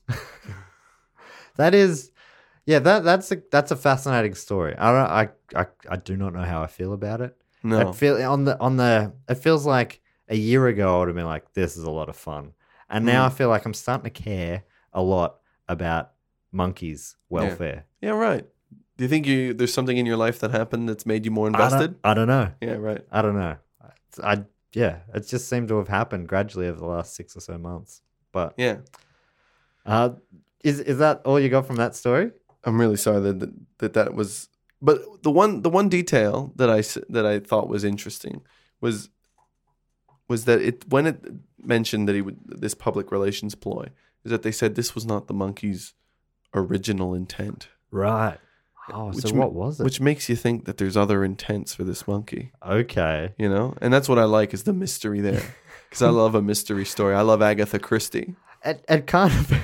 Speaker 5: That is, yeah, that that's a that's a fascinating story. I don't, I, I I do not know how I feel about it.
Speaker 6: No.
Speaker 5: I feel on the on the it feels like a year ago I would have been like, this is a lot of fun, And now I
Speaker 6: Hmm.
Speaker 5: feel like I'm starting to care a lot about monkeys' welfare.
Speaker 6: Yeah, right. Do you think you there's something in your life that happened that's made you more
Speaker 5: I don't-
Speaker 6: invested?
Speaker 5: I don't know.
Speaker 6: Yeah, right.
Speaker 5: I don't know. I, I- yeah, it just seemed to have happened gradually over the last six or so months. But
Speaker 6: Yeah.
Speaker 5: uh, is is that all you got from that story?
Speaker 6: I'm really sorry that that that, that was. But the one the one detail that I s- that I thought was interesting was was that it when it mentioned that he would this public relations ploy is that they said this was not the monkey's original intent.
Speaker 5: Right. Oh, so
Speaker 6: ma-
Speaker 5: what was it?
Speaker 6: Which makes you think that there's other intents for this monkey,
Speaker 5: okay.
Speaker 6: you know? And that's what I like is the mystery there. Cuz I love a mystery story. I love Agatha Christie.
Speaker 5: It it kind of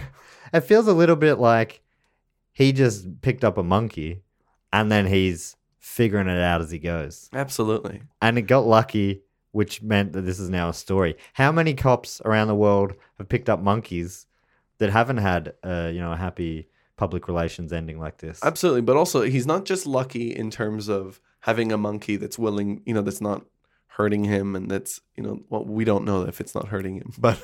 Speaker 5: it feels a little bit like he just picked up a monkey, and then he's figuring it out as he goes.
Speaker 6: Absolutely.
Speaker 5: And it got lucky, which meant that this is now a story. How many cops around the world have picked up monkeys that haven't had uh, you know a happy public relations ending like this?
Speaker 6: Absolutely, but also he's not just lucky in terms of having a monkey that's willing, you know, that's not hurting him, and that's you know, well, we don't know if it's not hurting him, but,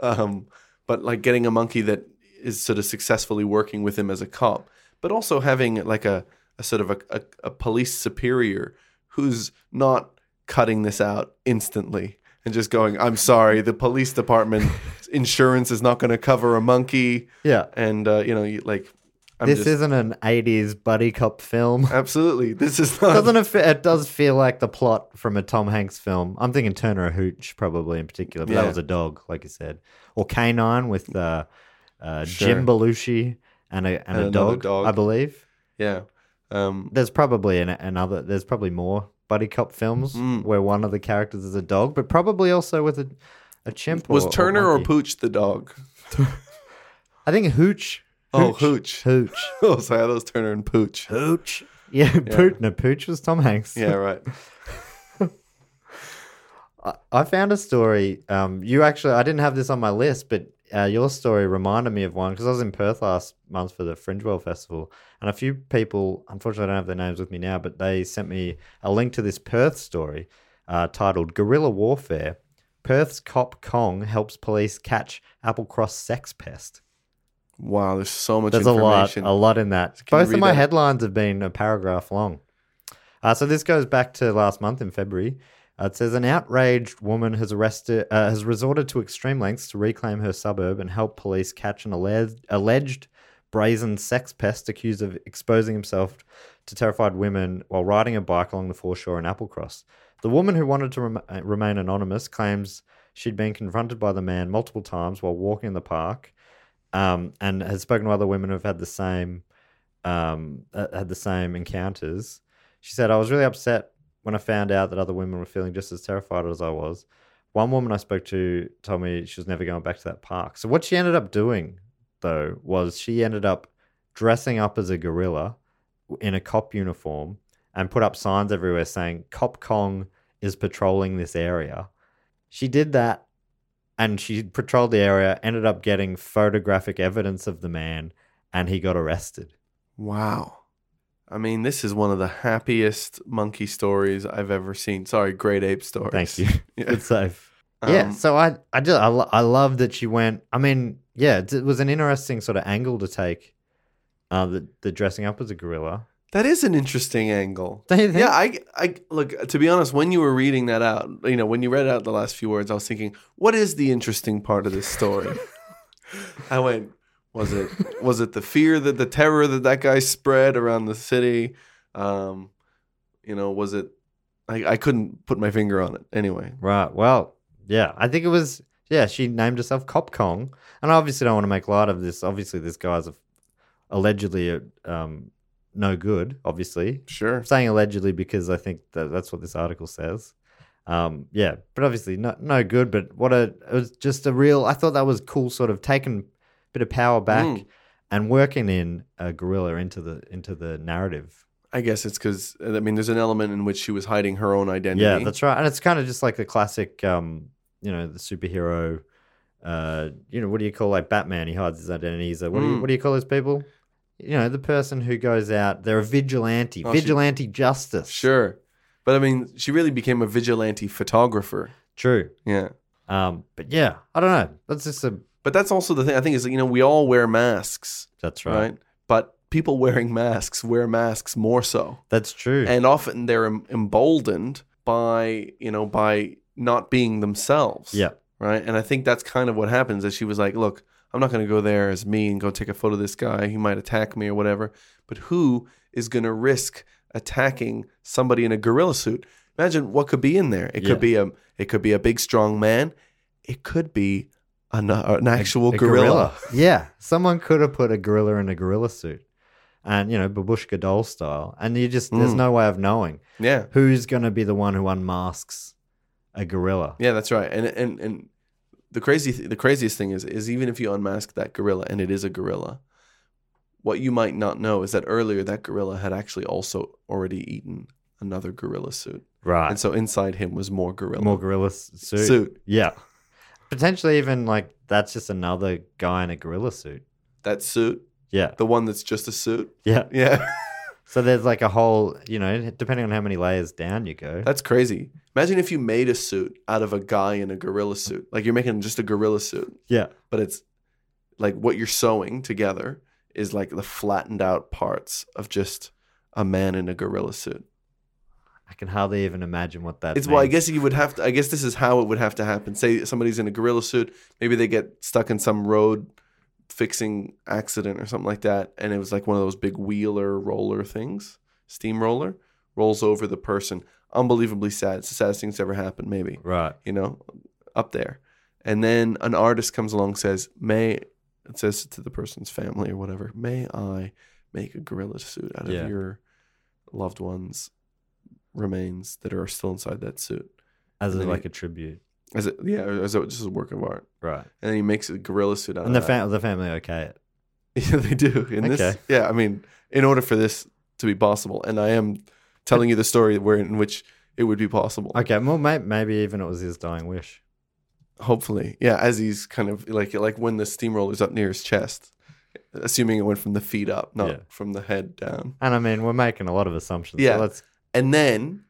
Speaker 6: um, but like getting a monkey that is sort of successfully working with him as a cop, but also having like a, a sort of a, a, a police superior who's not cutting this out instantly and just going, I'm sorry, the police department insurance is not going to cover a monkey,
Speaker 5: Yeah.
Speaker 6: and uh, you know, you, like. I'm
Speaker 5: this
Speaker 6: just-
Speaker 5: isn't an 80s buddy cop film.
Speaker 6: Absolutely. This is not.
Speaker 5: Doesn't it, fe- it does feel like the plot from a Tom Hanks film. I'm thinking Turner and Hooch probably in particular, but that
Speaker 6: Yeah.
Speaker 5: was a dog, like you said, or Canine with uh, uh,
Speaker 6: Sure.
Speaker 5: Jim Belushi and a and,
Speaker 6: And
Speaker 5: a
Speaker 6: another
Speaker 5: dog,
Speaker 6: dog.
Speaker 5: I believe.
Speaker 6: yeah. Um,
Speaker 5: There's probably an, another. There's probably more buddy cop films
Speaker 6: Hmm.
Speaker 5: where one of the characters is a dog, but probably also with a a chimp.
Speaker 6: was
Speaker 5: or,
Speaker 6: Turner or,
Speaker 5: monkey.
Speaker 6: Pooch the dog?
Speaker 5: I think Hooch.
Speaker 6: Oh, Hooch.
Speaker 5: Hooch.
Speaker 6: oh, sorry. That was Turner and Pooch.
Speaker 5: Pooch. Yeah, Pooch. No, Pooch was Tom Hanks.
Speaker 6: Yeah, right.
Speaker 5: I found a story. Um, you actually, I didn't have this on my list, but uh, your story reminded me of one because I was in Perth last month for the Fringe World Festival, and a few people, unfortunately, I don't have their names with me now, but they sent me a link to this Perth story uh, titled "Guerrilla Warfare: Perth's Cop Kong Helps Police Catch Applecross Sex Pest."
Speaker 6: Wow, there's so much
Speaker 5: There's a lot,
Speaker 6: information.
Speaker 5: a lot in that.
Speaker 6: Can you
Speaker 5: Both of
Speaker 6: read
Speaker 5: my
Speaker 6: that?
Speaker 5: headlines have been a paragraph long. Uh, so this goes back to last month in February. Uh, it says an outraged woman has arrested, uh, has resorted to extreme lengths to reclaim her suburb and help police catch an alleged, alleged brazen sex pest accused of exposing himself to terrified women while riding a bike along the foreshore in Applecross. The woman who wanted to rem- uh, remain anonymous claims she'd been confronted by the man multiple times while walking in the park, um, and has spoken to other women who've had the same um, uh, had the same encounters. She said, I was really upset when I found out that other women were feeling just as terrified as I was. One woman I spoke to told me she was never going back to that park. So, what she ended up doing, though, was she ended up dressing up as a gorilla in a cop uniform and put up signs everywhere saying, Cop Kong is patrolling this area. She did that and she patrolled the area, ended up getting photographic evidence of the man, and he got arrested.
Speaker 6: wow. I mean, this is one of the happiest monkey stories I've ever seen. Sorry, great ape stories.
Speaker 5: Thank you.
Speaker 6: Yeah.
Speaker 5: Good save. yeah.
Speaker 6: Um,
Speaker 5: So I, I just, I, lo- I love that she went. I mean, yeah, it, it was an interesting sort of angle to take. Uh, the, the dressing up as a gorilla.
Speaker 6: That is an interesting angle.
Speaker 5: Don't you think?
Speaker 6: Yeah, I, I look uh, to be honest. When you were reading that out, you know, when you read out the last few words, I was thinking, what is the interesting part of this story? I went, was it was it the fear that the terror that that guy spread around the city? Um, you know, was it? I, I couldn't put my finger on it. Anyway,
Speaker 5: Right. Well, yeah. I think it was. Yeah, she named herself Cop Kong, and I obviously don't want to make light of this. Obviously, this guy's a, allegedly um, no good. Obviously,
Speaker 6: sure.
Speaker 5: I'm saying allegedly because I think that that's what this article says. Um, yeah, but obviously no, no good. But what a it was just a real. I thought that was cool, sort of taking a bit of power back
Speaker 6: Mm.
Speaker 5: and working in a gorilla into the into the narrative.
Speaker 6: I guess it's because I mean, there's an element in which she was hiding her own identity.
Speaker 5: Yeah, that's right. And it's kind of just like the classic, um, you know, the superhero. Uh, you know, what do you call like Batman? He hides his identity. He's a, what, do you,
Speaker 6: Mm.
Speaker 5: what do you call those people? You know, the person who goes out. They're a vigilante.
Speaker 6: Oh, she-
Speaker 5: vigilante justice.
Speaker 6: sure. But I mean, she really became a vigilante photographer.
Speaker 5: True.
Speaker 6: Yeah.
Speaker 5: Um, but yeah, I don't know. That's just a.
Speaker 6: But that's also the thing I think is that, you know we all wear masks,
Speaker 5: That's
Speaker 6: right? But people wearing masks wear masks more so,
Speaker 5: That's true.
Speaker 6: and often they're em- emboldened by you know by not being themselves.
Speaker 5: yeah.
Speaker 6: right? And I think that's kind of what happens. Is she was like, "Look, I'm not going to go there as me and go take a photo of this guy. He might attack me or whatever. But who is going to risk attacking somebody in a gorilla suit? Imagine what could be in there. It
Speaker 5: Yeah.
Speaker 6: could be a it could be a big strong man. It could be an, an actual
Speaker 5: A
Speaker 6: gorilla.
Speaker 5: yeah. Someone could have put a gorilla in a gorilla suit. And you know, babushka doll style. And you just there's
Speaker 6: Mm.
Speaker 5: no way of knowing
Speaker 6: Yeah,
Speaker 5: who's gonna be the one who unmasks a gorilla.
Speaker 6: yeah, that's right. And and and the crazy th- the craziest thing is is even if you unmask that gorilla and it is a gorilla. What you might not know is that earlier that gorilla had actually also already eaten another gorilla suit.
Speaker 5: Right.
Speaker 6: And so inside him was more gorilla.
Speaker 5: More gorilla s- suit.
Speaker 6: Suit.
Speaker 5: Yeah. Potentially even like that's just another guy in a gorilla suit.
Speaker 6: That suit,
Speaker 5: Yeah.
Speaker 6: the one that's just a suit.
Speaker 5: Yeah.
Speaker 6: Yeah.
Speaker 5: So there's like a whole, you know, depending on how many layers down you go.
Speaker 6: that's crazy. Imagine if you made a suit out of a guy in a gorilla suit. Like you're making just a gorilla suit,
Speaker 5: yeah.
Speaker 6: but it's like what you're sewing together is like the flattened out parts of just a man in a gorilla suit.
Speaker 5: I can hardly even imagine what that
Speaker 6: It's well, I
Speaker 5: means.
Speaker 6: guess you would have to. I guess this is how it would have to happen. Say somebody's in a gorilla suit. Maybe they get stuck in some road fixing accident or something like that, and it was like one of those big wheeler roller things, steamroller rolls over the person. Unbelievably sad. It's the saddest thing that's ever happened. Maybe
Speaker 5: Right.
Speaker 6: you know, up there. And then an artist comes along, says, "May," it says to the person's family or whatever, "May I make a gorilla suit out of
Speaker 5: Yeah.
Speaker 6: your loved one's remains that are still inside that suit?"
Speaker 5: As a,
Speaker 6: Maybe.
Speaker 5: like a tribute.
Speaker 6: As it, yeah, or as though it's just a work of art.
Speaker 5: Right.
Speaker 6: And then he makes a gorilla suit out
Speaker 5: And the,
Speaker 6: of that.
Speaker 5: fam- the family okay it.
Speaker 6: yeah, they do in this.
Speaker 5: Okay.
Speaker 6: Yeah, I mean, in order for this to be possible, and I am telling you the story where in which it would be possible.
Speaker 5: Okay, well, may- maybe even it was his dying wish.
Speaker 6: Hopefully, yeah. As he's kind of like like when the steamroller's up near his chest, assuming it went from the feet up, not
Speaker 5: Yeah.
Speaker 6: from the head down.
Speaker 5: And I mean, we're making a lot of assumptions.
Speaker 6: Yeah.
Speaker 5: So let's,
Speaker 6: And then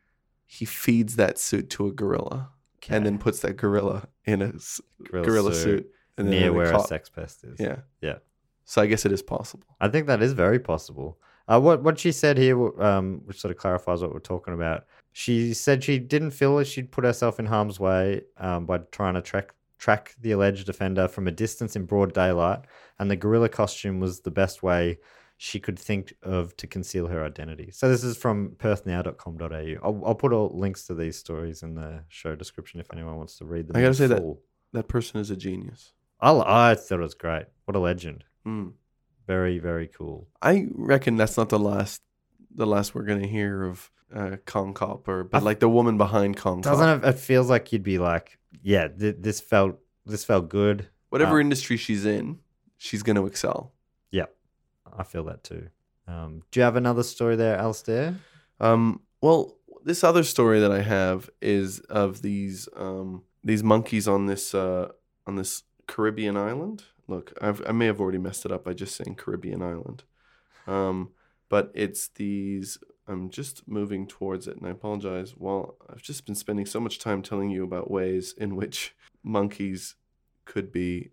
Speaker 6: he feeds that suit to a gorilla, and then puts that gorilla in a s-
Speaker 5: Gorilla
Speaker 6: gorilla,
Speaker 5: suit
Speaker 6: suit, and then
Speaker 5: near
Speaker 6: they
Speaker 5: where
Speaker 6: caught-
Speaker 5: a sex pest is.
Speaker 6: Yeah,
Speaker 5: Yeah.
Speaker 6: So I guess it is possible.
Speaker 5: I think that is very possible. Uh, what what she said here, um, which sort of clarifies what we're talking about. She said she didn't feel that she'd put herself in harm's way um, by trying to track track the alleged offender from a distance in broad daylight, and the gorilla costume was the best way she could think of to conceal her identity. So this is from perthnow.com.au. I'll, I'll put all links to these stories in the show description if anyone wants to read them.
Speaker 6: I gotta
Speaker 5: in
Speaker 6: say that-
Speaker 5: full.
Speaker 6: That person is a genius.
Speaker 5: I, I thought it was great. What a legend!
Speaker 6: Hmm.
Speaker 5: Very very cool.
Speaker 6: I reckon that's not the last the last we're gonna hear of uh, Kong Cop or but like the woman behind Kong Cop.
Speaker 5: Doesn't it, it feels like you'd be like, yeah, th- this felt this felt good.
Speaker 6: Whatever
Speaker 5: Ah.
Speaker 6: industry she's in, she's gonna excel.
Speaker 5: Yep, I feel that too. Um, do you have another story there, Alistair?
Speaker 6: Um, well, this other story that I have is of these um, these monkeys on this uh, on this Caribbean island. Look, I've, I may have already messed it up by just saying Caribbean island, um, but it's these. I'm just moving towards it, and I apologize. Well, I've just been spending so much time telling you about ways in which monkeys could be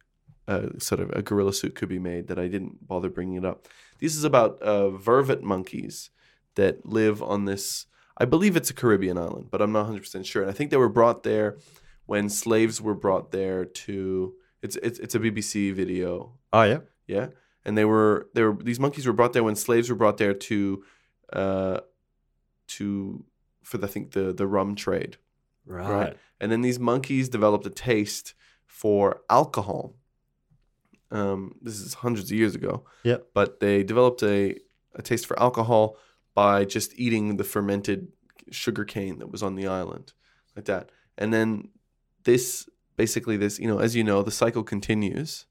Speaker 6: uh, sort of a gorilla suit could be made that I didn't bother bringing it up. This is about uh, vervet monkeys that live on this. I believe it's a Caribbean island, but I'm not 100% sure. And I think they were brought there when slaves were brought there to. It's it's it's a BBC video,
Speaker 5: Oh yeah,
Speaker 6: yeah. And they were they were these monkeys were brought there when slaves were brought there to, uh, to for the, I think the the rum trade, right. And then these monkeys developed a taste for alcohol. Um, this is hundreds of years ago
Speaker 5: Yep.
Speaker 6: but they developed a, a taste for alcohol by just eating the fermented sugar cane that was on the island like that and then this basically this you know as you know the cycle continues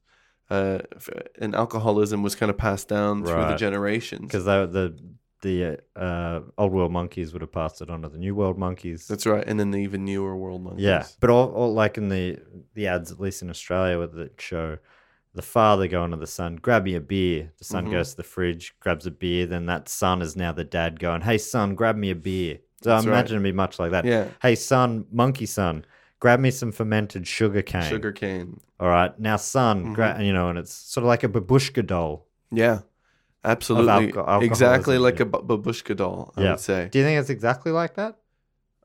Speaker 6: uh, f- and alcoholism was kind of passed down through the
Speaker 5: Right.
Speaker 6: generations
Speaker 5: Because the the the uh, old world monkeys would have passed it on to the new world monkeys.
Speaker 6: that's right and then the even newer world monkeys
Speaker 5: yeah, but all, all like in the the ads, at least in Australia, with the show. The father going to the son, grab me a beer. The son
Speaker 6: Mhm.
Speaker 5: goes to the fridge, grabs a beer. Then that son is now the dad going, "Hey son, grab me a beer." So
Speaker 6: That's
Speaker 5: I
Speaker 6: right.
Speaker 5: imagine it'd be much like that.
Speaker 6: yeah
Speaker 5: hey son, monkey son, grab me some fermented sugar cane.
Speaker 6: Sugar Mm-hmm. cane.
Speaker 5: All right. Now, son, gra- you know, and it's sort of like a babushka doll.
Speaker 6: Yeah, absolutely.
Speaker 5: alco- alcoholism,
Speaker 6: exactly like
Speaker 5: yeah.
Speaker 6: a b- babushka doll, I
Speaker 5: Yeah.
Speaker 6: would say.
Speaker 5: Do you think it's exactly like that?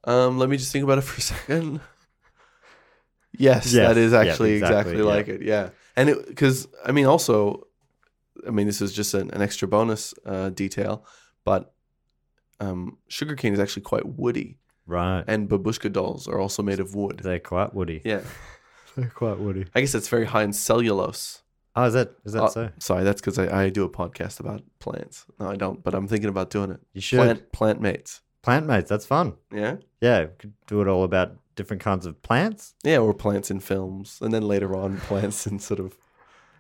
Speaker 6: Um, let me just think about it for a second. Yes,
Speaker 5: Yes,
Speaker 6: that is
Speaker 5: yeah,
Speaker 6: actually exactly,
Speaker 5: exactly, yeah.
Speaker 6: like it. Yeah, and because I mean, also, I mean, this is just an, an extra bonus uh, detail, but um, sugarcane is actually quite woody,
Speaker 5: Right.
Speaker 6: and babushka dolls are also made of wood.
Speaker 5: They're quite woody.
Speaker 6: Yeah,
Speaker 5: They're quite woody.
Speaker 6: I guess that's very high in cellulose.
Speaker 5: Oh, is that is that
Speaker 6: Uh,
Speaker 5: so?
Speaker 6: Sorry, that's because I, I do a podcast about plants. No, I don't, but I'm thinking about doing it.
Speaker 5: You should.
Speaker 6: Plant, plant mates.
Speaker 5: Plant mates. That's fun.
Speaker 6: Yeah.
Speaker 5: Yeah. Could do it all about different kinds of plants.
Speaker 6: Yeah, or plants in films, and then later on, plants in sort of,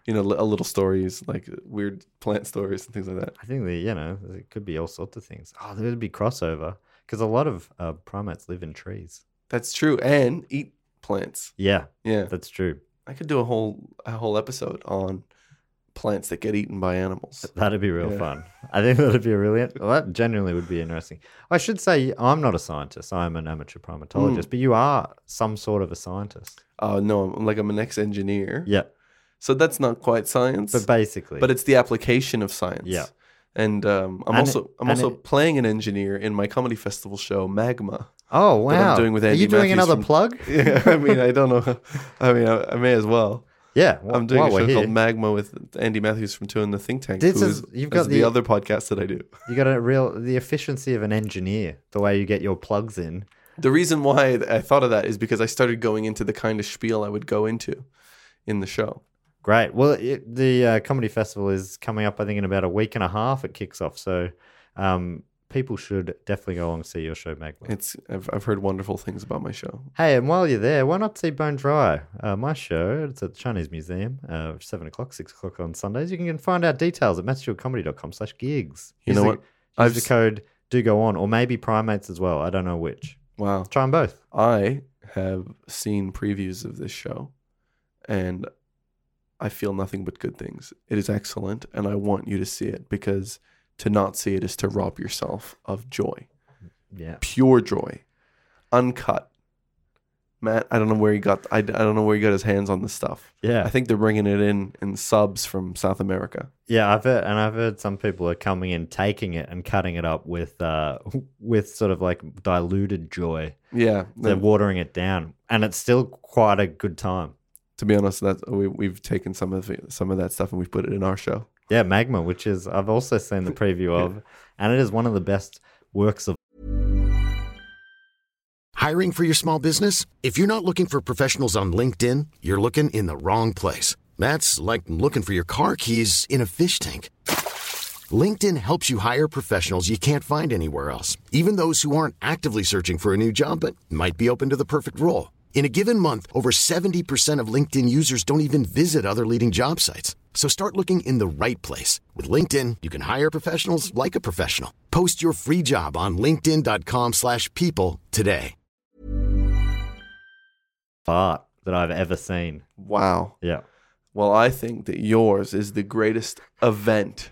Speaker 6: you know, li- little stories like uh, weird plant stories and things like that.
Speaker 5: I think the you know it could be all sorts of things. Oh, there would be crossover because a lot of uh, primates live in trees.
Speaker 6: That's true, and eat plants.
Speaker 5: Yeah,
Speaker 6: Yeah,
Speaker 5: that's true.
Speaker 6: I could do a whole a whole episode on plants that get eaten by animals.
Speaker 5: That'd be real
Speaker 6: Yeah.
Speaker 5: fun. I think that'd be a really well, that genuinely would be interesting. I should say I'm not a scientist. I'm an amateur
Speaker 6: Hmm.
Speaker 5: primatologist, but you are some sort of a scientist.
Speaker 6: Oh no, I'm like I'm an ex engineer.
Speaker 5: Yeah,
Speaker 6: so that's not quite science,
Speaker 5: but
Speaker 6: but,
Speaker 5: basically,
Speaker 6: it's the application of science.
Speaker 5: Yeah.
Speaker 6: And um, I'm
Speaker 5: And it-
Speaker 6: also I'm
Speaker 5: and
Speaker 6: also
Speaker 5: it-
Speaker 6: playing an engineer in my comedy festival show Magma.
Speaker 5: oh wow,
Speaker 6: that I'm doing with
Speaker 5: are
Speaker 6: Andy
Speaker 5: you doing
Speaker 6: Matthews
Speaker 5: another
Speaker 6: from-
Speaker 5: plug?
Speaker 6: Yeah, I mean I don't know. I mean I, I may as well.
Speaker 5: Yeah, wh-
Speaker 6: I'm doing a
Speaker 5: while we're
Speaker 6: show called
Speaker 5: here.
Speaker 6: Magma with Andy Matthews from Two and the Think Tank.
Speaker 5: This
Speaker 6: who
Speaker 5: is- you've got
Speaker 6: is the,
Speaker 5: the-
Speaker 6: other podcast that I do.
Speaker 5: You got a real the efficiency of an engineer. The way you get your plugs in.
Speaker 6: The reason why I thought of that is because I started going into the kind of spiel I would go into in the show.
Speaker 5: Great. Well, it, the uh, comedy festival is coming up. I think in about a week and a half it kicks off. So, um, people should definitely go along and see your show, Magma.
Speaker 6: It's I've, I've heard wonderful things about my show.
Speaker 5: hey, and while you're there, why not see Bone Dry? Uh, my show. It's at the Chinese Museum. Uh, seven o'clock, six o'clock on Sundays. You can find out details at mattsfieldcomedy.com slash gigs.
Speaker 6: You know
Speaker 5: the,
Speaker 6: what?
Speaker 5: Use
Speaker 6: I've
Speaker 5: the
Speaker 6: s-
Speaker 5: code. Do go on, or maybe primates as well. I don't know which.
Speaker 6: Wow.
Speaker 5: Try them both.
Speaker 6: I have seen previews of this show and I feel nothing but good things. It is excellent and I want you to see it because to not see it is to rob yourself of joy.
Speaker 5: Yeah.
Speaker 6: pure joy, uncut. Matt, I don't know where he got. I, I don't know where he got his hands on this stuff.
Speaker 5: Yeah.
Speaker 6: I think they're bringing it in in subs from South America.
Speaker 5: Yeah, I've heard, and I've heard some people are coming in, taking it, and cutting it up with, uh, with sort of like diluted joy.
Speaker 6: Yeah,
Speaker 5: They're watering it down, and it's still quite a good time.
Speaker 6: to be honest, that we we've taken some of it, some of that stuff and we've put it in our show.
Speaker 5: Yeah, magma, which is I've also seen the preview of, and it is one of the best works of
Speaker 7: Hiring for your small business? If you're not looking for professionals on LinkedIn, you're looking in the wrong place. That's like looking for your car keys in a fish tank. LinkedIn helps you hire professionals you can't find anywhere else, even those who aren't actively searching for a new job but might be open to the perfect role. In a given month, over 70% of LinkedIn users don't even visit other leading job sites. So start looking in the right place. With LinkedIn, you can hire professionals like a professional. Post your free job on linkedin.com/people slash people today.
Speaker 5: art that I've ever seen.
Speaker 6: Wow.
Speaker 5: Yeah,
Speaker 6: Well, I think that yours is the greatest event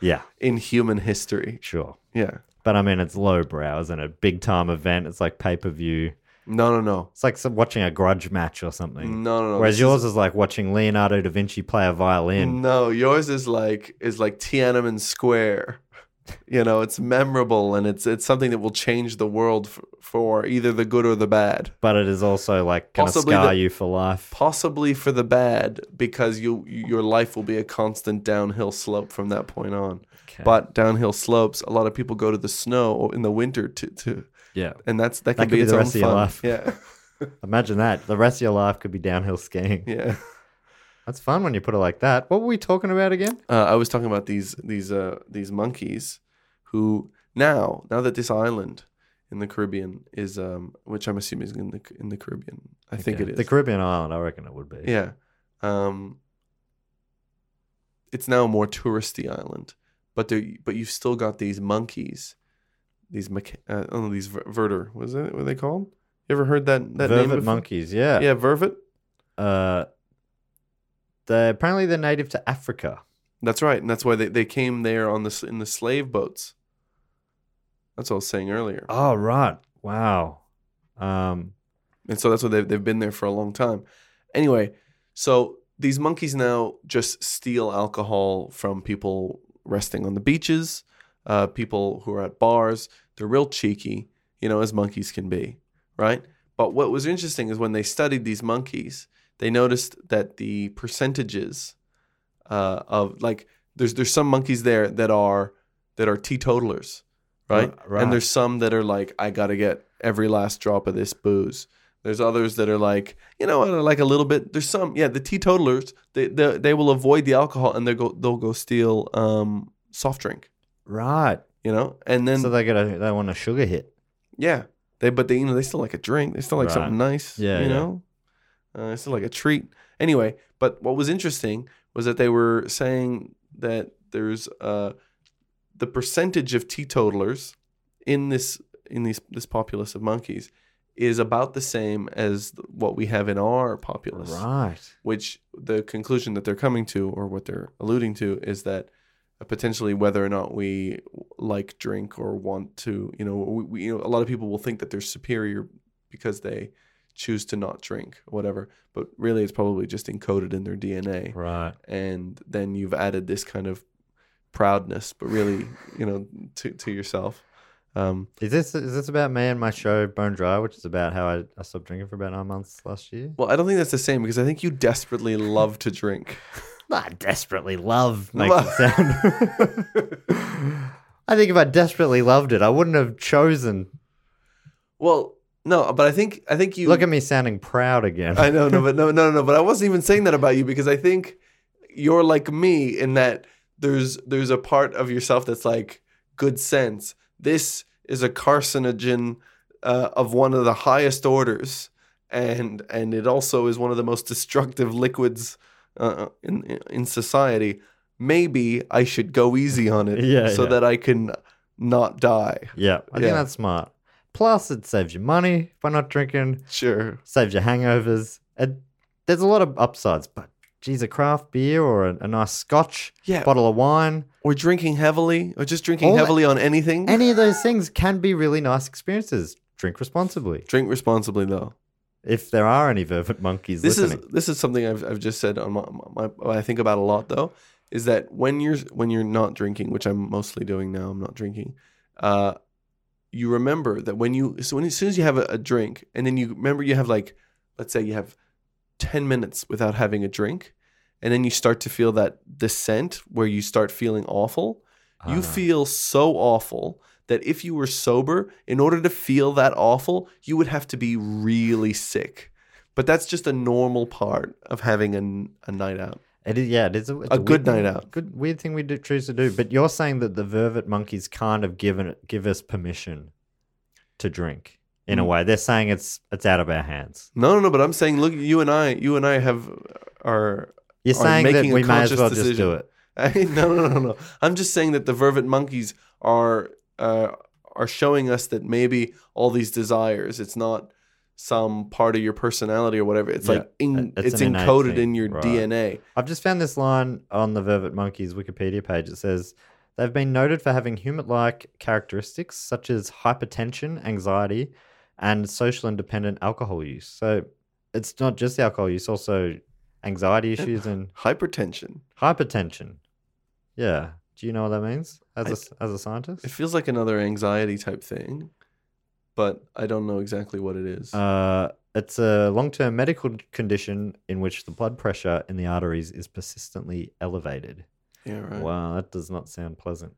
Speaker 5: yeah,
Speaker 6: in human history.
Speaker 5: sure.
Speaker 6: Yeah.
Speaker 5: But I mean, it's lowbrow, isn't it? Big time event. It's like pay per view.
Speaker 6: No, no, no,
Speaker 5: It's like some, watching a grudge match or something.
Speaker 6: no, no. no.
Speaker 5: Whereas
Speaker 6: This
Speaker 5: yours is like watching Leonardo da Vinci play a violin.
Speaker 6: No, yours is like is like Tiananmen Square. You know, it's memorable and it's it's something that will change the world f- for either the good or the bad.
Speaker 5: but it is also like going to
Speaker 6: Possibly
Speaker 5: scar
Speaker 6: the-
Speaker 5: you for life.
Speaker 6: Possibly for the bad because you your life will be a constant downhill slope from that point on. But downhill slopes, a lot of people go to the snow in the winter to, to
Speaker 5: Yeah,
Speaker 6: and that's that
Speaker 5: That could
Speaker 6: can be
Speaker 5: be
Speaker 6: its
Speaker 5: the
Speaker 6: own
Speaker 5: rest of your
Speaker 6: fun.
Speaker 5: life.
Speaker 6: Yeah.
Speaker 5: imagine that. The rest of your life could be downhill skiing.
Speaker 6: Yeah.
Speaker 5: That's fun when you put it like that. What were we talking about again?
Speaker 6: uh, I was talking about these these uh, these monkeys who now now that this island in the Caribbean is um, which I'm assuming is in the in the Caribbean. I think it is.
Speaker 5: the Caribbean island. I reckon it would be.
Speaker 6: Yeah. Um, it's now a more touristy island, but there but you've still got these monkeys, these maca- uh, oh these ver- verter was it were they called? You ever heard that that name?
Speaker 5: vervet
Speaker 6: before?
Speaker 5: monkeys. Yeah.
Speaker 6: Yeah, vervet.
Speaker 5: Uh, they apparently they're native to Africa.
Speaker 6: That's right, and that's why they, they came there on the s- in the slave boats. That's what I was saying earlier.
Speaker 5: Oh right. Wow. Um,
Speaker 6: And so that's what they've, they've been there for a long time. Anyway, so these monkeys now just steal alcohol from people resting on the beaches, uh, people who are at bars. They're real cheeky, you know, as monkeys can be, right? But what was interesting is when they studied these monkeys, they noticed that the percentages uh, of like there's there's some monkeys there that are that are teetotalers, right?
Speaker 5: Ri- right.
Speaker 6: And there's some that are like I gotta get every last drop of this booze. There's others that are like you know I like a little bit. There's some yeah the teetotalers they they, they will avoid the alcohol and they go they'll go steal um, soft drink
Speaker 5: Right.
Speaker 6: you know and then
Speaker 5: so they got a, they want a sugar hit.
Speaker 6: yeah they but they you know they still like a drink they still like
Speaker 5: Right.
Speaker 6: something nice
Speaker 5: Yeah,
Speaker 6: you
Speaker 5: yeah.
Speaker 6: know uh, it's still like a treat anyway but what was interesting was that they were saying that there's uh the percentage of teetotalers in this in these this populace of monkeys is about the same as what we have in our populace
Speaker 5: Right.
Speaker 6: which the conclusion that they're coming to or what they're alluding to is that potentially whether or not we like drink or want to you know we, we, you know a lot of people will think that they're superior because they choose to not drink whatever but really it's probably just encoded in their dna
Speaker 5: Right.
Speaker 6: and then you've added this kind of proudness but really you know to to yourself um
Speaker 5: Is this is this about me and my show Bone Dry, which is about how I, I stopped drinking for about nine months last year?
Speaker 6: well i don't think that's the same because i think you desperately love to drink
Speaker 5: I desperately love makes it sound. I think if I desperately loved it, I wouldn't have chosen.
Speaker 6: well no but i think i think you
Speaker 5: Look at me sounding proud again.
Speaker 6: I know, no, but no, no, no, but I wasn't even saying that about you because I think you're like me in that there's there's a part of yourself that's like good sense. This is a carcinogen uh, of one of the highest orders, and and it also is one of the most destructive liquids uh, in in society. Maybe I should go easy on it
Speaker 5: Yeah,
Speaker 6: so
Speaker 5: yeah.
Speaker 6: that I can not die.
Speaker 5: yeah, I
Speaker 6: Yeah.
Speaker 5: think that's smart. Plus, it saves you money by not drinking,
Speaker 6: Sure.
Speaker 5: saves your hangovers. And there's a lot of upsides, but geez, a craft beer or a, a nice scotch,
Speaker 6: Yeah.
Speaker 5: bottle of wine,
Speaker 6: Or drinking heavily, or just drinking
Speaker 5: All that-
Speaker 6: heavily on anything.
Speaker 5: any of those things can be really nice experiences. Drink responsibly.
Speaker 6: Drink responsibly though.
Speaker 5: If there are any vervet monkeys
Speaker 6: this
Speaker 5: listening.
Speaker 6: is this is something I've, I've just said on my, my, what I think about a lot though is that when you're when you're not drinking, which I'm mostly doing now, I'm not drinking. Uh, you remember that when you so when, as soon as you have a, a drink, and then you remember you have like let's say you have ten minutes without having a drink, and then you start to feel that descent where you start feeling awful. You feel so awful that if you were sober, in order to feel that awful, you would have to be really sick. But that's just a normal part of having an, a night out.
Speaker 5: It is, yeah, it is a, it's
Speaker 6: A good
Speaker 5: weird thing-
Speaker 6: night out.
Speaker 5: Good weird thing we do choose to do. But you're saying that the vervet monkeys kind of given it- give us permission to drink in
Speaker 6: Hmm.
Speaker 5: a way. They're saying it's it's out of our hands.
Speaker 6: No, no, no. But I'm saying, look, you and I, you and I have are.
Speaker 5: You're
Speaker 6: are
Speaker 5: saying that
Speaker 6: making a
Speaker 5: we may as
Speaker 6: conscious
Speaker 5: well just
Speaker 6: decision.
Speaker 5: do it.
Speaker 6: no, no, no, no. I'm just saying that the vervet monkeys are uh, are showing us that maybe all these desires, it's not some part of your personality or whatever. It's
Speaker 5: Yeah,
Speaker 6: like in,
Speaker 5: it's
Speaker 6: it's,
Speaker 5: an innate
Speaker 6: encoded
Speaker 5: thing,
Speaker 6: in your
Speaker 5: right.
Speaker 6: DNA.
Speaker 5: I've just found this line on the vervet monkeys Wikipedia page. It says they've been noted for having human-like characteristics such as hypertension, anxiety, and social and dependent alcohol use. So it's not just the alcohol use, also anxiety issues and
Speaker 6: Hypertension.
Speaker 5: Hypertension. Yeah. Do you know what that means as a s- as a scientist?
Speaker 6: It feels like another anxiety type thing, but I don't know exactly what it is.
Speaker 5: uh, it's a long-term medical condition in which the blood pressure in the arteries is persistently elevated.
Speaker 6: yeah, right.
Speaker 5: Wow, that does not sound pleasant.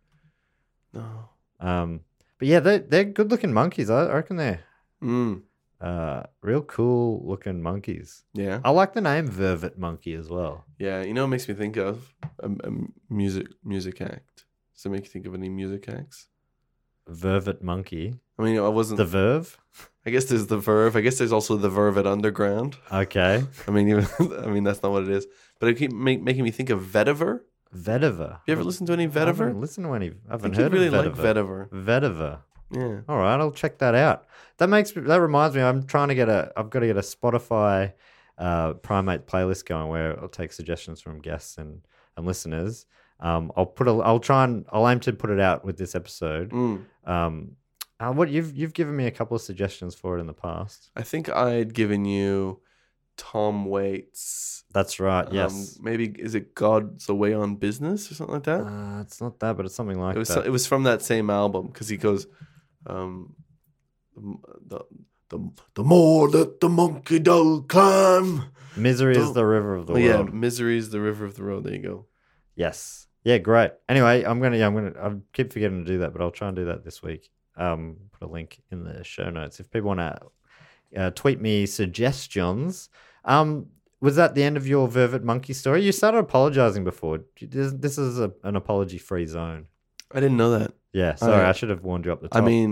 Speaker 6: No.
Speaker 5: Um, but yeah, they're they're good-looking monkeys. I, I reckon they're
Speaker 6: Mm.
Speaker 5: uh, real cool-looking monkeys.
Speaker 6: Yeah.
Speaker 5: I like the name vervet monkey as well.
Speaker 6: Yeah. You know, it makes me think of a, a music music act. Does it make you think of any music acts?
Speaker 5: Vervet monkey.
Speaker 6: I mean, I wasn't.
Speaker 5: The verve.
Speaker 6: I guess there's the Verve. I guess there's also the Verve at Underground.
Speaker 5: Okay.
Speaker 6: I mean, even I mean that's not what it is, but it keep make, making me think of Vetiver.
Speaker 5: Vetiver.
Speaker 6: You ever listen to any
Speaker 5: I haven't
Speaker 6: Vetiver?
Speaker 5: listened to any. I
Speaker 6: I
Speaker 5: haven't
Speaker 6: think
Speaker 5: heard
Speaker 6: you really
Speaker 5: of
Speaker 6: like
Speaker 5: vetiver.
Speaker 6: Vetiver.
Speaker 5: Vetiver.
Speaker 6: Yeah.
Speaker 5: All right, I'll check that out. That makes me, that reminds me. I'm trying to get a. I've got to get a Spotify uh, primate playlist going where I'll take suggestions from guests and and listeners. Um, I'll put a. I'll try and I'll aim to put it out with this episode.
Speaker 6: Mm.
Speaker 5: Um, Uh, what you've you've given me a couple of suggestions for it in the past.
Speaker 6: I think I'd given you Tom Waits.
Speaker 5: That's right.
Speaker 6: um,
Speaker 5: Yes.
Speaker 6: maybe is it God's Away on Business or something like that?
Speaker 5: uh, it's not that, but it's something like
Speaker 6: it was
Speaker 5: that.
Speaker 6: it was from that same album because he goes, um, the the the more that the monkey do climb.
Speaker 5: Misery is
Speaker 6: Don't-
Speaker 5: the river of the
Speaker 6: Oh, yeah,
Speaker 5: world.
Speaker 6: misery's the river of the road. There you go.
Speaker 5: Yes. Yeah. Great. Anyway, I'm gonna. Yeah, I'm gonna. I keep forgetting to do that, but I'll try and do that this week. Um, put a link in the show notes if people want to uh, tweet me suggestions. Um, was that the end of your vervet monkey story? You started apologizing before. This, this is a, an apology-free zone.
Speaker 6: I didn't know that.
Speaker 5: Yeah. Sorry,
Speaker 6: right.
Speaker 5: I should have warned you up the
Speaker 6: Oh, I
Speaker 5: top.
Speaker 6: mean,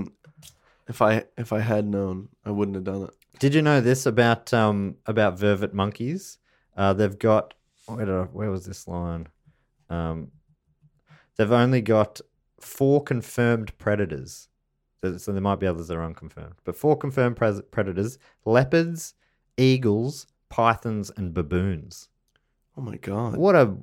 Speaker 6: if I if I had known, I wouldn't have done it.
Speaker 5: Did you know this about um about vervet monkeys? Uh, they've got where, did I, where was this line? Um, they've only got four confirmed predators. So, so there might be others that are unconfirmed, but four confirmed pres predators: leopards, eagles, pythons, and baboons.
Speaker 6: Oh my god!
Speaker 5: What a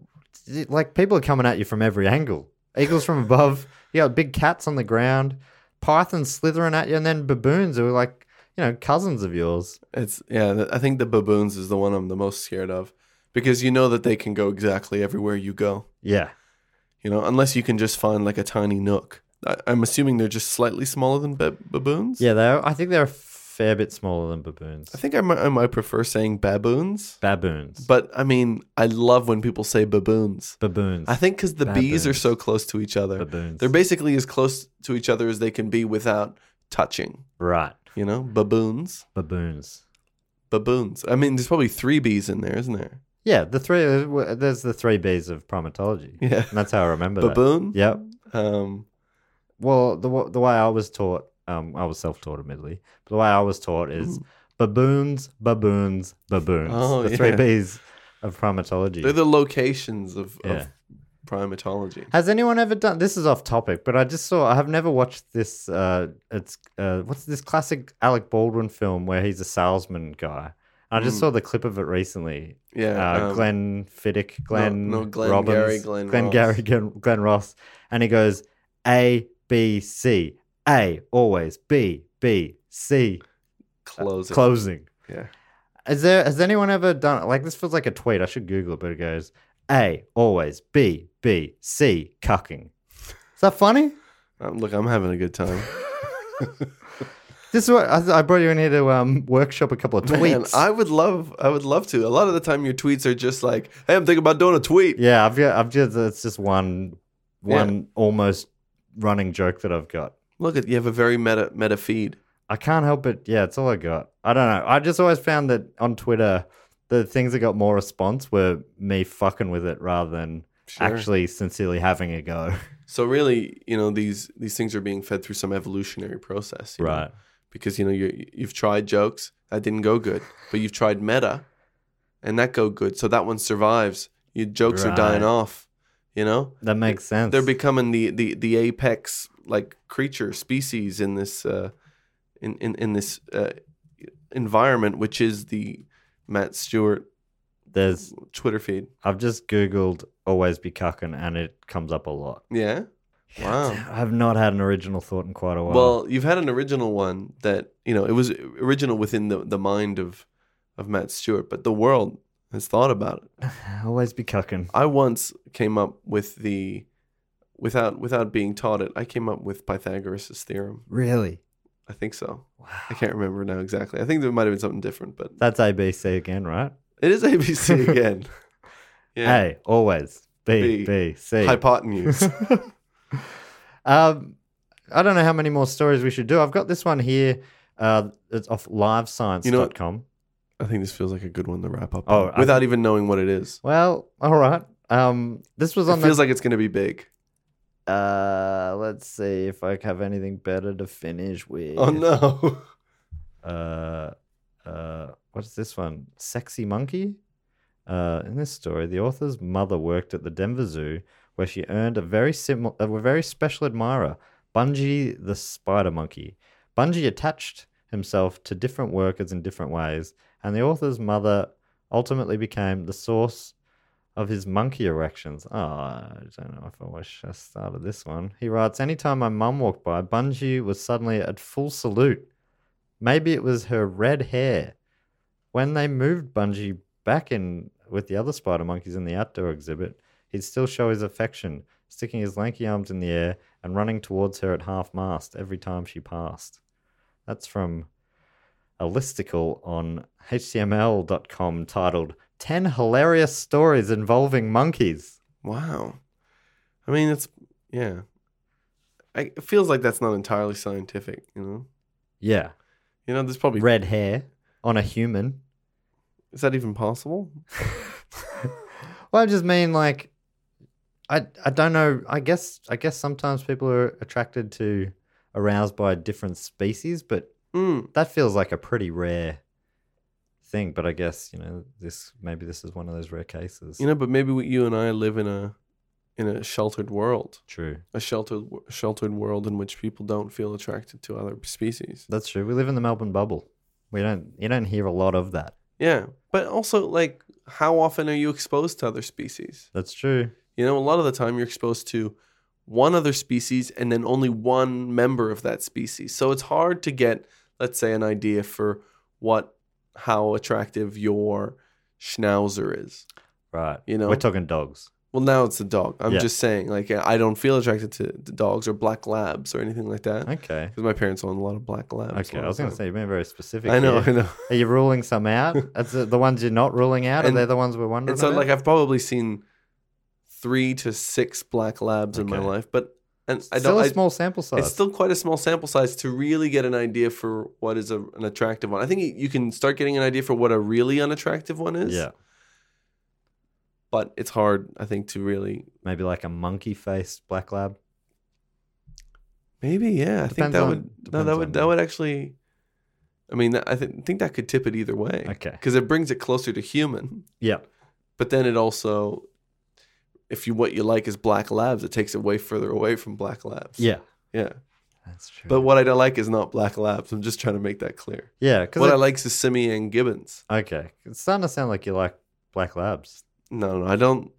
Speaker 5: like people are coming at you from every angle. Eagles from above, you got big cats on the ground, pythons slithering at you, and then baboons who are like you know cousins of yours.
Speaker 6: It's yeah. th- I think the baboons is the one I'm the most scared of because you know that they can go exactly everywhere you go.
Speaker 5: Yeah.
Speaker 6: You know, unless you can just find like a tiny nook. I, I'm assuming they're just slightly smaller than ba- baboons.
Speaker 5: Yeah, they're, I think they're a fair bit smaller than baboons.
Speaker 6: I think I might, I might prefer saying baboons,
Speaker 5: baboons.
Speaker 6: but I mean, I love when people say baboons.
Speaker 5: baboons.
Speaker 6: I think because the bees are
Speaker 5: Baboons.
Speaker 6: so close to each other,
Speaker 5: Baboons.
Speaker 6: they're basically as close to each other as they can be without touching.
Speaker 5: right.
Speaker 6: You know,
Speaker 5: Hmm.
Speaker 6: baboons,
Speaker 5: Baboons.
Speaker 6: baboons. I mean, there's probably three bees in there, isn't there?
Speaker 5: Yeah, the three. uh, There's the three B's of primatology.
Speaker 6: Yeah.
Speaker 5: and that's how I remember that.
Speaker 6: Baboon.
Speaker 5: Yep.
Speaker 6: Um,
Speaker 5: Well, the wa- the way I was taught, um, I was self taught, admittedly, but the way I was taught is baboons, baboons, baboons.
Speaker 6: Hmm. Oh,
Speaker 5: the three
Speaker 6: yeah.
Speaker 5: B's of primatology.
Speaker 6: they're the locations of,
Speaker 5: Yeah. Uh,
Speaker 6: of primatology.
Speaker 5: Has anyone ever done? This is off topic, but I just saw. I have never watched this. Uh, it's uh, what's this classic Alec Baldwin film where he's a salesman guy. I just saw the clip of it recently.
Speaker 6: Yeah,
Speaker 5: uh,
Speaker 6: Hmm. um,
Speaker 5: Glenn Fiddick, Glenn
Speaker 6: no, Glenn
Speaker 5: Robbins,
Speaker 6: Gary, Glenn Ross.
Speaker 5: Gary, Glenn, Glenn Ross, and he goes A B C A always B B C uh,
Speaker 6: Close. it.
Speaker 5: closing.
Speaker 6: Yeah.
Speaker 5: Is there has anyone ever done like this feels like a tweet? I should Google it, but it goes A always B B C cucking. Is that funny?
Speaker 6: Um, look, I'm having a good time.
Speaker 5: This is what I, I brought you in here to um, workshop a couple of
Speaker 6: Man,
Speaker 5: tweets.
Speaker 6: I would love, I would love to. A lot of the time, your tweets are just like, "Hey, I'm thinking about doing a tweet."
Speaker 5: yeah, I've got, I've just it's just one
Speaker 6: Yeah.
Speaker 5: one almost running joke that I've got.
Speaker 6: Look at you have a very meta meta feed.
Speaker 5: I can't help it. Yeah, it's all I got. I don't know. I just always found that on Twitter, the things that got more response were me fucking with it rather than
Speaker 6: Sure.
Speaker 5: actually sincerely having a go.
Speaker 6: So really, you know these these things are being fed through some evolutionary process, you know?
Speaker 5: Right.
Speaker 6: Because you know you you've tried jokes that didn't go good, but you've tried meta, and that go good. So that one survives. Your jokes are dying
Speaker 5: Right.
Speaker 6: off. You know
Speaker 5: That makes sense.
Speaker 6: they're becoming the the the apex like creature species in this uh, in in in this uh, environment, which is the Matt Stewart
Speaker 5: There's
Speaker 6: Twitter feed.
Speaker 5: I've just googled always be cucking and it comes up a lot.
Speaker 6: Yeah. Wow.
Speaker 5: I've not had an original thought in quite a while.
Speaker 6: Well, you've had an original one that you know it was original within the, the mind of of Matt Stewart, but the world has thought about it.
Speaker 5: always be cucking.
Speaker 6: I once came up with the without without being taught it. I came up with Pythagoras' theorem.
Speaker 5: Really?
Speaker 6: I think so. I can't remember now exactly. I think there might have been something different, but
Speaker 5: That's ABC again, right?
Speaker 6: it is ABC again. yeah,
Speaker 5: A always B
Speaker 6: B.
Speaker 5: B C.
Speaker 6: hypotenuse.
Speaker 5: Um, I don't know how many more stories we should do. I've got this one here. Uh, it's off livescience.com.
Speaker 6: You know what? I think this feels like a good one to wrap up
Speaker 5: Oh,
Speaker 6: on,
Speaker 5: I-
Speaker 6: without even knowing what it is.
Speaker 5: Well, all right. Um, this was
Speaker 6: It
Speaker 5: on the.
Speaker 6: feels like it's going to be big.
Speaker 5: uh, let's see if I have anything better to finish with.
Speaker 6: Oh no.
Speaker 5: Uh, uh, what's this one? Sexy monkey. Uh, in this story, the author's mother worked at the Denver Zoo, where she earned a very similar, a very special admirer, Bungie the spider monkey. Bungie attached himself to different workers in different ways, and the author's mother ultimately became the source of his monkey erections. Oh, I don't know if I wish I started this one. He writes Anytime my mum walked by, Bungie was suddenly at full salute. Maybe it was her red hair. When they moved Bungie back in with the other spider monkeys in the outdoor exhibit, he'd still show his affection, sticking his lanky arms in the air and running towards her at half mast every time she passed. That's from a listicle on html.com titled 10 Hilarious Stories Involving Monkeys.
Speaker 6: Wow. I mean, it's yeah. I, it feels like that's not entirely scientific, you know.
Speaker 5: Yeah.
Speaker 6: You know, there's probably
Speaker 5: Red hair on a human.
Speaker 6: Is that even possible?
Speaker 5: Well, I just mean like I I don't know. I guess I guess sometimes people are attracted to aroused by different species, but
Speaker 6: Mm.
Speaker 5: that feels like a pretty rare thing. But I guess, you know, this maybe this is one of those rare cases.
Speaker 6: You know, but maybe we, you and I live in a in a sheltered world,
Speaker 5: True.
Speaker 6: a sheltered w- sheltered world in which people don't feel attracted to other species.
Speaker 5: That's true. We live in the Melbourne bubble. We don't you don't hear a lot of that.
Speaker 6: Yeah, but also like, how often are you exposed to other species?
Speaker 5: That's true.
Speaker 6: You know, a lot of the time you're exposed to one other species and then only one member of that species. So it's hard to get, let's say, an idea for what how attractive your schnauzer is.
Speaker 5: Right.
Speaker 6: You know.
Speaker 5: We're talking dogs.
Speaker 6: Well, now it's a dog. I'm
Speaker 5: Yeah.
Speaker 6: just saying, like, I don't feel attracted to to dogs or black labs or anything like that.
Speaker 5: Okay.
Speaker 6: Because my parents owned a lot of black labs.
Speaker 5: Okay.
Speaker 6: all
Speaker 5: I was
Speaker 6: the
Speaker 5: gonna
Speaker 6: time.
Speaker 5: say you've been very specific.
Speaker 6: I know,
Speaker 5: here.
Speaker 6: I know.
Speaker 5: Are you ruling some out? That's the, the ones you're not ruling out.
Speaker 6: And-
Speaker 5: are they the ones we're wondering?
Speaker 6: And so,
Speaker 5: about?
Speaker 6: like, I've probably seen three to six black labs in my
Speaker 5: Okay.
Speaker 6: life, but and I
Speaker 5: still
Speaker 6: don't.
Speaker 5: a
Speaker 6: I-
Speaker 5: small sample size.
Speaker 6: It's still quite a small sample size to really get an idea for what is a, an attractive one. I think you- you can start getting an idea for what a really unattractive one is.
Speaker 5: yeah,
Speaker 6: But it's hard, I think, to really.
Speaker 5: maybe like a monkey faced black lab.
Speaker 6: Maybe, yeah. I think
Speaker 5: Depends
Speaker 6: that
Speaker 5: on-
Speaker 6: would. No, that
Speaker 5: depends
Speaker 6: would.
Speaker 5: on-
Speaker 6: That would actually. I mean, that- I think think that could tip it either way.
Speaker 5: Okay.
Speaker 6: Because it brings it closer to human,
Speaker 5: Yeah,
Speaker 6: but then it also, if you what you like is black labs, it takes it way further away from black labs.
Speaker 5: yeah,
Speaker 6: Yeah.
Speaker 5: that's true.
Speaker 6: But what I don't like is not black labs. I'm just trying to make that clear.
Speaker 5: yeah, because
Speaker 6: What I like is simian gibbons.
Speaker 5: Okay, it's starting to sound like you like black labs.
Speaker 6: No, no, I don't.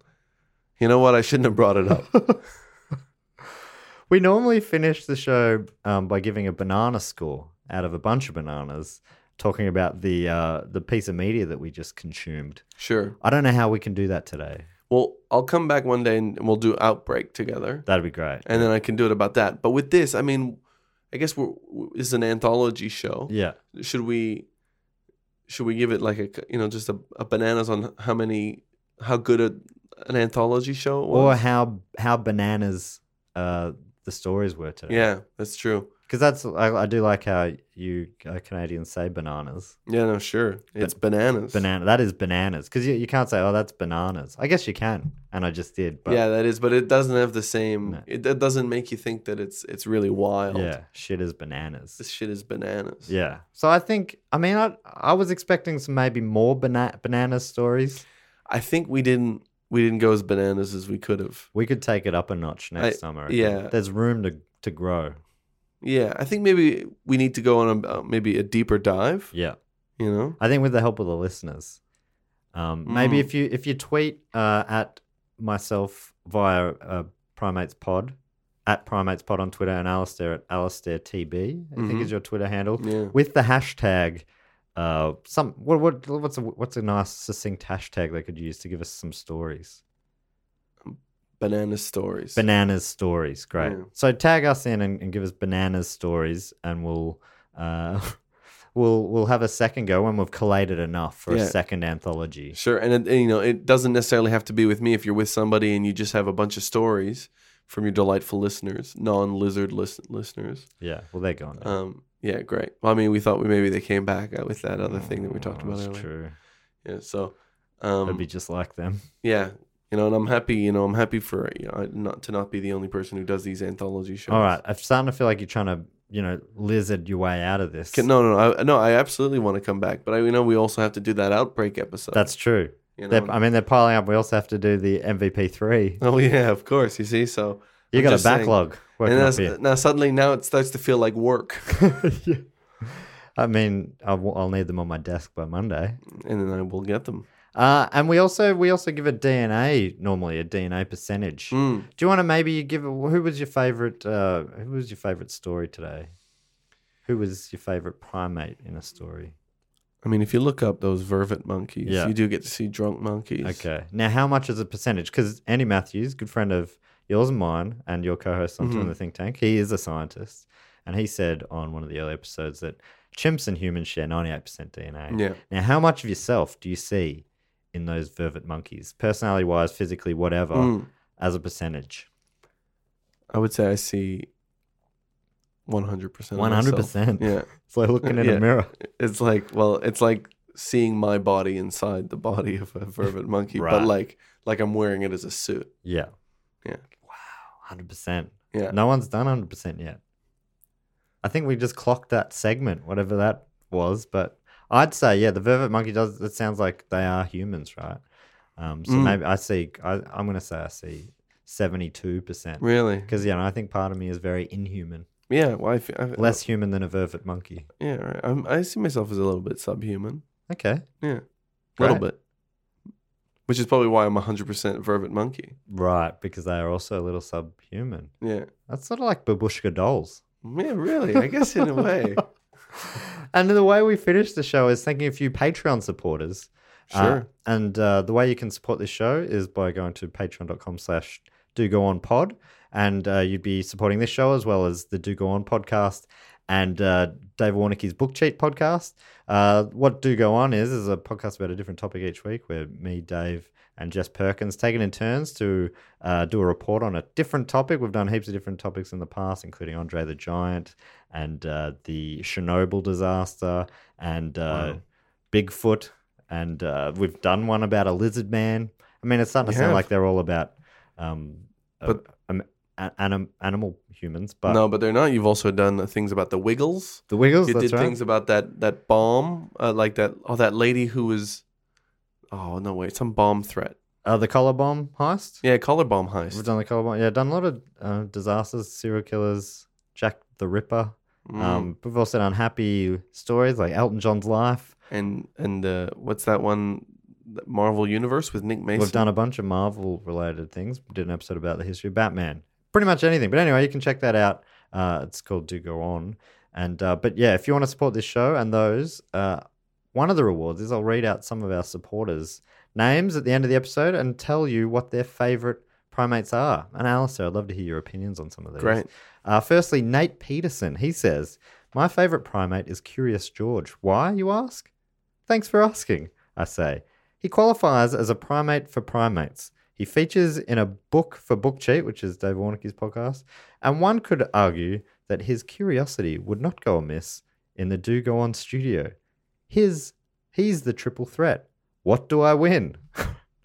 Speaker 6: You know what? I shouldn't have brought it up.
Speaker 5: We normally finish the show um, by giving a banana score out of a bunch of bananas, talking about the uh, the piece of media that we just consumed.
Speaker 6: sure.
Speaker 5: I don't know how we can do that today.
Speaker 6: Well, I'll come back one day and we'll do outbreak together,
Speaker 5: That'd be great.
Speaker 6: and then I can do it about that. But with this, I mean, I guess we're this is an anthology show.
Speaker 5: yeah,
Speaker 6: Should we? Should we give it like a you know just a, a bananas on how many how good a, an anthology show it
Speaker 5: or
Speaker 6: was?
Speaker 5: how how bananas uh, the stories were today.
Speaker 6: yeah, that's true.
Speaker 5: Because that's I, I do like how you uh, Canadians say bananas.
Speaker 6: Yeah, no, sure. It's bananas.
Speaker 5: Banana that is bananas because you, you can't say oh that's bananas. I guess you can, and I just did. But
Speaker 6: yeah,
Speaker 5: yeah,
Speaker 6: that is, but it doesn't have the same.
Speaker 5: No.
Speaker 6: It, it doesn't make you think that it's it's really wild.
Speaker 5: shit is bananas.
Speaker 6: this shit is bananas.
Speaker 5: Yeah, so I think I mean I I was expecting some maybe more bana- banana stories.
Speaker 6: I think we didn't we didn't go as bananas as we could have.
Speaker 5: We could take it up a notch next
Speaker 6: I-
Speaker 5: summer.
Speaker 6: yeah.
Speaker 5: there's room to to grow.
Speaker 6: Yeah, I think maybe we need to go on a uh, maybe a deeper dive.
Speaker 5: Yeah.
Speaker 6: You know,
Speaker 5: I think with the help of the listeners, um, maybe
Speaker 6: Mm.
Speaker 5: if you if you tweet uh, at myself via uh, Primates Pod at Primates Pod on Twitter and Alistair at Alistair TB, I think is your Twitter handle
Speaker 6: Mm-hmm. Yeah.
Speaker 5: with the hashtag. Uh, some what, what what's a what's a nice succinct hashtag they could use to give us some stories?
Speaker 6: banana stories.
Speaker 5: Bananas stories, great.
Speaker 6: Yeah.
Speaker 5: So tag us in and, and give us bananas stories, and we'll uh, we'll we'll have a second go when we've collated enough for
Speaker 6: Yeah.
Speaker 5: a second anthology.
Speaker 6: sure, and, it, and, you know, it doesn't necessarily have to be with me. If you're with somebody and you just have a bunch of stories from your delightful listeners, non-lizard listen listeners.
Speaker 5: Yeah, well they're gone. now.
Speaker 6: Um, yeah, great. Well, I mean, we thought we maybe they came back uh, with that other thing that we talked about
Speaker 5: Oh, That's
Speaker 6: earlier.
Speaker 5: true.
Speaker 6: Yeah, so um,
Speaker 5: It'd be just like them.
Speaker 6: yeah, you know, and I'm happy. You know, I'm happy for you know, I- not to not be the only person who does these anthology shows.
Speaker 5: All right, I'm starting to feel like you're trying to, you know, lizard your way out of this.
Speaker 6: Can, no, no, no I, no. I absolutely want to come back, but I you know we also have to do that outbreak episode.
Speaker 5: that's true.
Speaker 6: You
Speaker 5: They're-
Speaker 6: know.
Speaker 5: I mean, they're piling up. We also have to do the MVP three.
Speaker 6: oh yeah, of course. You see, so
Speaker 5: You
Speaker 6: I'm
Speaker 5: got a
Speaker 6: just saying-
Speaker 5: backlog working
Speaker 6: and
Speaker 5: up
Speaker 6: that's-
Speaker 5: here.
Speaker 6: now suddenly now it starts to feel like work, uh,
Speaker 5: I mean, I'll, I'll need them on my desk by Monday.
Speaker 6: and then I will get them.
Speaker 5: Uh, and we also we also give a DNA normally a DNA percentage.
Speaker 6: Hmm.
Speaker 5: Do you want to maybe give a, who was your favorite uh, who was your favorite story today? Who was your favorite primate in a story?
Speaker 6: I mean, if you look up those vervet monkeys,
Speaker 5: Yeah.
Speaker 6: you do get to see drunk monkeys.
Speaker 5: Okay. Now, how much is a percentage? Because Andy Matthews, good friend of yours and mine, and your co-host on
Speaker 6: Mm-hmm.
Speaker 5: Two in the Think Tank, he is a scientist, and he said on one of the early episodes that chimps and humans share ninety-eight percent DNA.
Speaker 6: Yeah.
Speaker 5: Now, how much of yourself do you see in those vervet monkeys, personality-wise, physically, whatever,
Speaker 6: Mm.
Speaker 5: as a percentage?
Speaker 6: I would say I see 100%. of
Speaker 5: One hundred percent.
Speaker 6: myself. Yeah.
Speaker 5: It's like looking in
Speaker 6: Yeah.
Speaker 5: a mirror.
Speaker 6: It's like, well, it's like seeing my body inside the body of a vervet monkey,
Speaker 5: Right.
Speaker 6: but like like I'm wearing it as a suit.
Speaker 5: Yeah.
Speaker 6: Yeah.
Speaker 5: Wow. Hundred percent.
Speaker 6: Yeah.
Speaker 5: No one's done hundred percent yet. I think we just clocked that segment, whatever that was. But I'd say, yeah, the vervet monkey does. It sounds like they are humans, right? Um, so
Speaker 6: Mm.
Speaker 5: maybe I see. I, I'm going to say I see seventy-two percent.
Speaker 6: Really?
Speaker 5: Because yeah, I think part of me is very inhuman,
Speaker 6: Yeah. Well, I fe- I-
Speaker 5: less human than a vervet monkey.
Speaker 6: Yeah. Right. I'm, I see myself as a little bit subhuman.
Speaker 5: Okay,
Speaker 6: Yeah. A little
Speaker 5: Right.
Speaker 6: bit. Which is probably why I'm 100% vervet monkey.
Speaker 5: right? Because they are also a little subhuman.
Speaker 6: Yeah.
Speaker 5: That's sort of like babushka dolls.
Speaker 6: Yeah, really. I guess in a way.
Speaker 5: And the way we finish the show is thanking a few Patreon supporters. Uh,
Speaker 6: Sure.
Speaker 5: and uh, the way you can support this show is by going to patreon.com slash do go on pod. And uh, you'd be supporting this show as well as the Do Go On podcast and uh, Dave Warnicki's Book Cheat podcast. Uh, what Do Go On is, is a podcast about a different topic each week where me, Dave, and Jess Perkins taking in turns to uh, do a report on a different topic. We've done heaps of different topics in the past, including Andre the Giant and uh, the Chernobyl disaster and uh, Bigfoot. And uh, we've done one about a lizard man. I mean, it's starting to
Speaker 6: You
Speaker 5: sound
Speaker 6: have.
Speaker 5: like they're all about um,
Speaker 6: But-
Speaker 5: um, a- anim- animal humans, but
Speaker 6: no, but they're not. You've also done the things about the Wiggles.
Speaker 5: the Wiggles.
Speaker 6: you
Speaker 5: that's
Speaker 6: did
Speaker 5: right.
Speaker 6: things about that that bomb, uh, like that. Oh, that lady who was. Oh no! Wait, some bomb threat.
Speaker 5: Uh, the collar bomb heist.
Speaker 6: Yeah, collar bomb heist.
Speaker 5: We've done the color bomb. Yeah, done a lot of uh, disasters, serial killers, Jack the Ripper.
Speaker 6: Mm.
Speaker 5: Um, we've also done happy stories like Elton John's life.
Speaker 6: and and uh, what's that one? that Marvel Universe with Nick Mason.
Speaker 5: We've done a bunch of Marvel related things. We did an episode about the history of Batman. Pretty much anything. But anyway, you can check that out. Uh, it's called Do Go On. And uh, but yeah, if you want to support this show and those, uh, one of the rewards is I'll read out some of our supporters' names at the end of the episode and tell you what their favorite primates are. And Alistair, I'd love to hear your opinions on some of these.
Speaker 6: Great.
Speaker 5: Uh, firstly, Nate Peterson. He says, My favorite primate is Curious George. Why, you ask? Thanks for asking, I say. He qualifies as a primate for primates. He features in a book for Book Cheat, which is Dave Warnicki's podcast, and one could argue that his curiosity would not go amiss in the Do Go On studio. His, he's the triple threat. What do I win?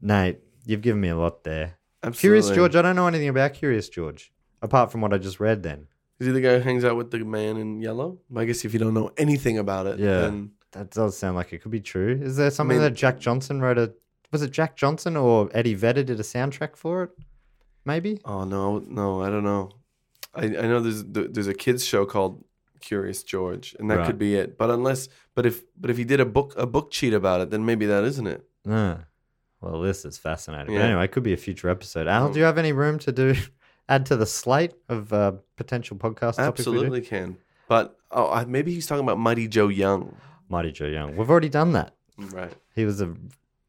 Speaker 5: Nate, you've given me a lot there. Curious
Speaker 6: Absolutely.
Speaker 5: George, I don't know anything about Curious George, apart from what I just read then.
Speaker 6: Is he the guy who hangs out with the man in yellow? I guess if you don't know anything about it,
Speaker 5: Yeah.
Speaker 6: then
Speaker 5: That does sound like it could be true. Is there something
Speaker 6: mean-
Speaker 5: that Jack Johnson wrote a was it Jack Johnson or Eddie Vedder did a soundtrack for it? Maybe?
Speaker 6: oh no, no, I don't know. I, I know there's there's a kids show called Curious George, and that
Speaker 5: Right.
Speaker 6: could be it. But unless, but if but if he did a book a book cheat about it, then maybe that isn't it.
Speaker 5: Uh, well, this is fascinating. But
Speaker 6: Yeah.
Speaker 5: anyway, it could be a future episode. Al, do you have any room to do add to the slate of uh, potential podcast topics? we do?
Speaker 6: Absolutely can. But oh, I- maybe he's talking about Mighty Joe Young.
Speaker 5: Mighty Joe Young. We've already done that.
Speaker 6: Right.
Speaker 5: He was a